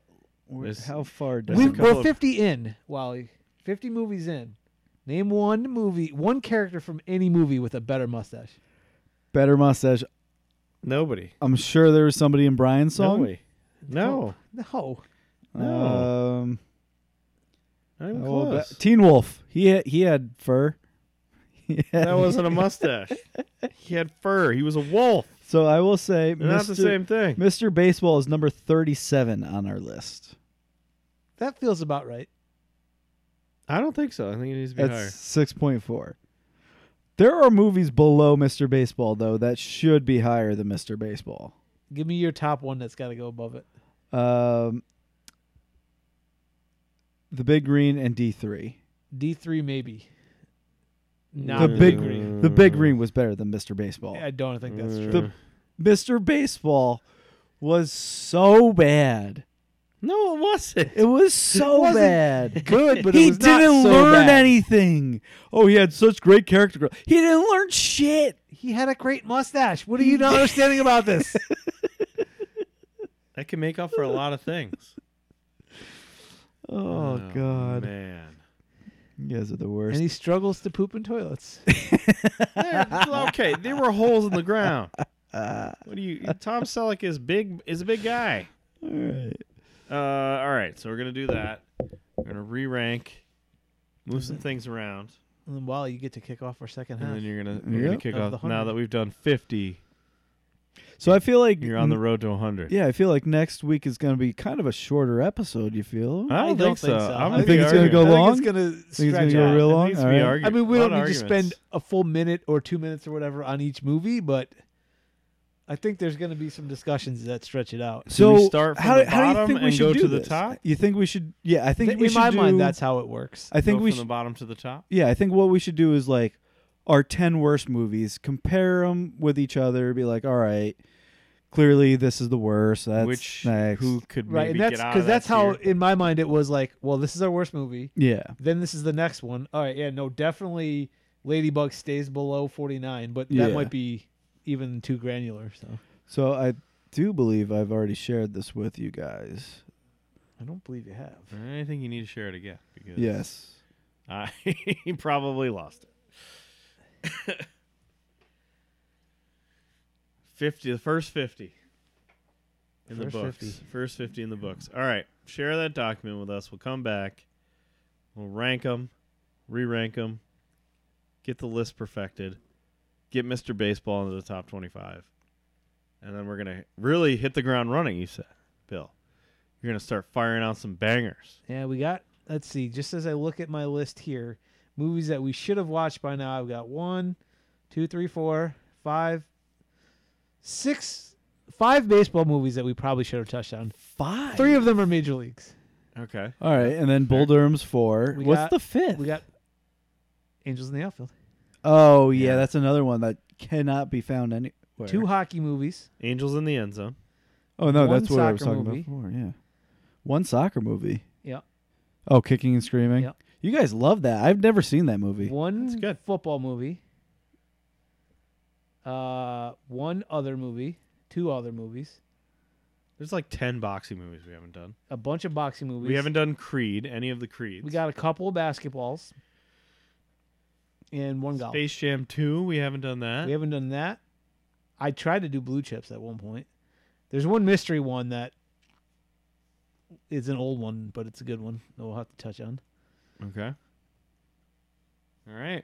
wh-
This-
how far does
There's
we,
a
it go?
couple
we're
of-
fifty in, Wally. Fifty movies in. Name one movie, one character from any movie with a better mustache.
Better mustache.
Nobody.
I'm sure there was somebody in Brian's song.
Nobody. No.
No,
No.
Um,
Not even
oh,
close.
but- Teen Wolf. He had, he had fur. (laughs) He had-
that wasn't a mustache. he had fur. He was a wolf.
so I will say,
They're not the
Mr.
same thing.
Mr. Baseball is number 37 on our list.
that feels about right.
I don't think so. I think it needs to be higher.
That's 6.4. There are movies below Mr. Baseball, though, that should be higher than Mr. Baseball.
Give me your top one that's got to go above it.
Um, the Big Green and D3.
D three maybe. Not
The
D
Big
three.
Green. The Big Green was better than Mr. Baseball.
I don't think that's true.
Mm.
The Mr. Baseball was so bad.
No, it wasn't.
It was so
wasn't (laughs)
bad.
Good, but it
he
was not
didn't
so
learn
bad.
anything. Oh, he had such great character growth. He didn't learn shit.
He had a great mustache. What are you not
(laughs)
understanding about this?
That can make up for a lot of
(laughs)
things.
Oh, God.
man.
You guys are the worst.
and he struggles to poop in (laughs) toilets.
They're- okay, there were holes in the ground. What do you? Tom Selleck is big. Is a big guy.
All right.
Uh, all right, so we're gonna do that. We're gonna re rank, move some things around,
And then Wally, you get to kick off our second
and
half.
then you're gonna we're
Yeah.
gonna kick
Of the
off. Now
hundred.
that we've done fifty,
So I feel like
you're on the
Mm.
n-
road to hundred.
Yeah, I feel like next week is going to be kind of a shorter episode. You feel?
I don't, think, so. I'm
I
gonna
think
be
it's gonna
arguing.
go
I
long?
think it's gonna
it's gonna
stretch
go
out.
real
It
long?
needs to
All
be
right.
argu-
I mean, we
a lot
don't
of
need to
arguments.
spend a full minute or two minutes or whatever on each movie, but I think there's gonna be some discussions that stretch it out.
Do
so
we start from
how,
the
how do you
bottom
think we
and
should
go
do
to the
this?
top?
You think we should? Yeah, I think
Th-
we
in
should
my
do,
mind, that's how it works.
I think
Go
we
from
should.
the bottom to the top.
Yeah, I think what we should do is like our 10 worst movies, compare them with each other, be like, all right, clearly this is the worst. That's
Which
next.
who could
right,
maybe
and that's
get out of
because
that
that's how,
tier.
in my mind, it was like, well, this is our worst movie.
Yeah.
Then this is the next one. All right, yeah, no, definitely, Ladybug stays below 49, but that
Yeah.
might be even too granular. So
So I do believe I've already shared this with you guys.
I don't believe you have.
I think you need to share it again because
Yes.
(laughs) I Uh, probably lost it. (laughs) fifty, the first fifty in
First
the books.
50.
First fifty in the books. All right, share that document with us. We'll come back. We'll rank them, re-rank them, get the list perfected, get Mister Baseball into the top twenty-five, and then we're gonna really hit the ground running. You said, Bill, you're gonna start firing out some bangers.
Yeah, we got. Let's see. Just as I look at my list here, movies that we should have watched by now, I've got one, two, three, four, five, six, five baseball movies that we probably should have touched on.
Five.
Three of them are major leagues.
Okay.
All right. And then Bull Durham's four.
We
What's
got-
the fifth?
We got Angels in the Outfield,
oh, yeah,
Yeah.
That's another one that cannot be found anywhere.
two hockey movies,
Angels in the end zone.
Oh, no.
one
That's what I was
soccer
talking
movie.
about before. Yeah. One soccer movie.
Yeah.
Oh, Kicking and Screaming.
Yeah.
You guys love that. I've never seen that movie.
one
good.
football movie, uh, one other movie, two other movies,
There's like ten boxing movies we haven't done.
a bunch of boxing movies.
We haven't done Creed, any of the Creeds.
We got a couple of basketballs and one golf.
Space Jam Two. We haven't done that.
We haven't done that. I tried to do blue chips at one point. There's one mystery one that is an old one, but it's a good one that we'll have to touch on.
okay. All right.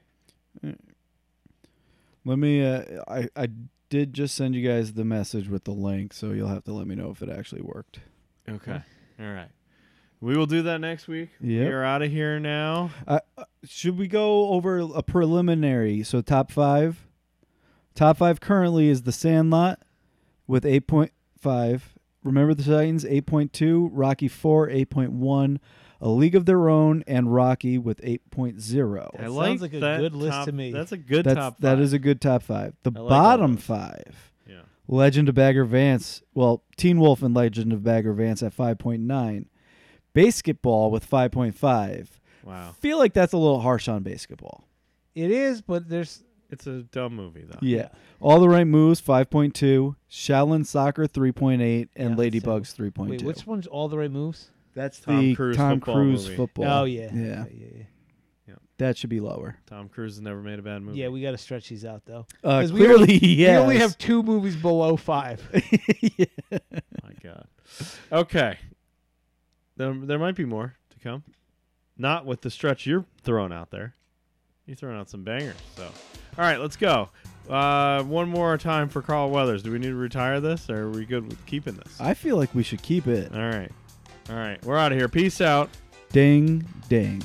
Let me. Uh, I I did just send you guys the message with the link, so you'll have to let me know if it actually worked.
Okay. All right. We will do that next week.
Yep.
We are out of here now.
Uh, uh, should we go over a preliminary? So top five. Top five currently is The Sandlot, with 8.5. Remember the Titans 8.2, Rocky 4 8.1, A League of Their Own, and Rocky with 8.0.
I
Sounds
like
like a
that
good list
top-
to me.
That's a good
That's,
top.
That
five.
is a good top five. The
all
bottom
those.
five.
Yeah.
Legend of Bagger Vance. Well, Teen Wolf and Legend of Bagger Vance at 5.9. Basketball with 5.5.
Wow.
Feel like that's a little harsh on basketball.
It is, but there's
It's a dumb movie though.
Yeah. All the right moves 5.2, Shaolin Soccer 3.8 and
Yeah,
Ladybugs 3.2.
wait, which one's all the right moves?
that's
Tom
the
Cruise
Tom
football
Cruise
movie.
football.
Oh yeah.
Yeah.
yeah, yeah.
That should be lower.
Tom Cruise has never made a bad movie.
Yeah, we got to stretch these out though.
Uh,
'Cause we
clearly,
only-
yes.
We only have two movies below five.
My God. Okay. There, there might be more to come. Not with the stretch you're throwing out there. You're throwing out some bangers. So, all right, let's go. Uh, one more time for Carl Weathers. Do we need to retire this, or are we good with keeping this?
I feel
Uh,
like we should keep it.
all right. All right. We're out of here. Peace out.
Ding, ding.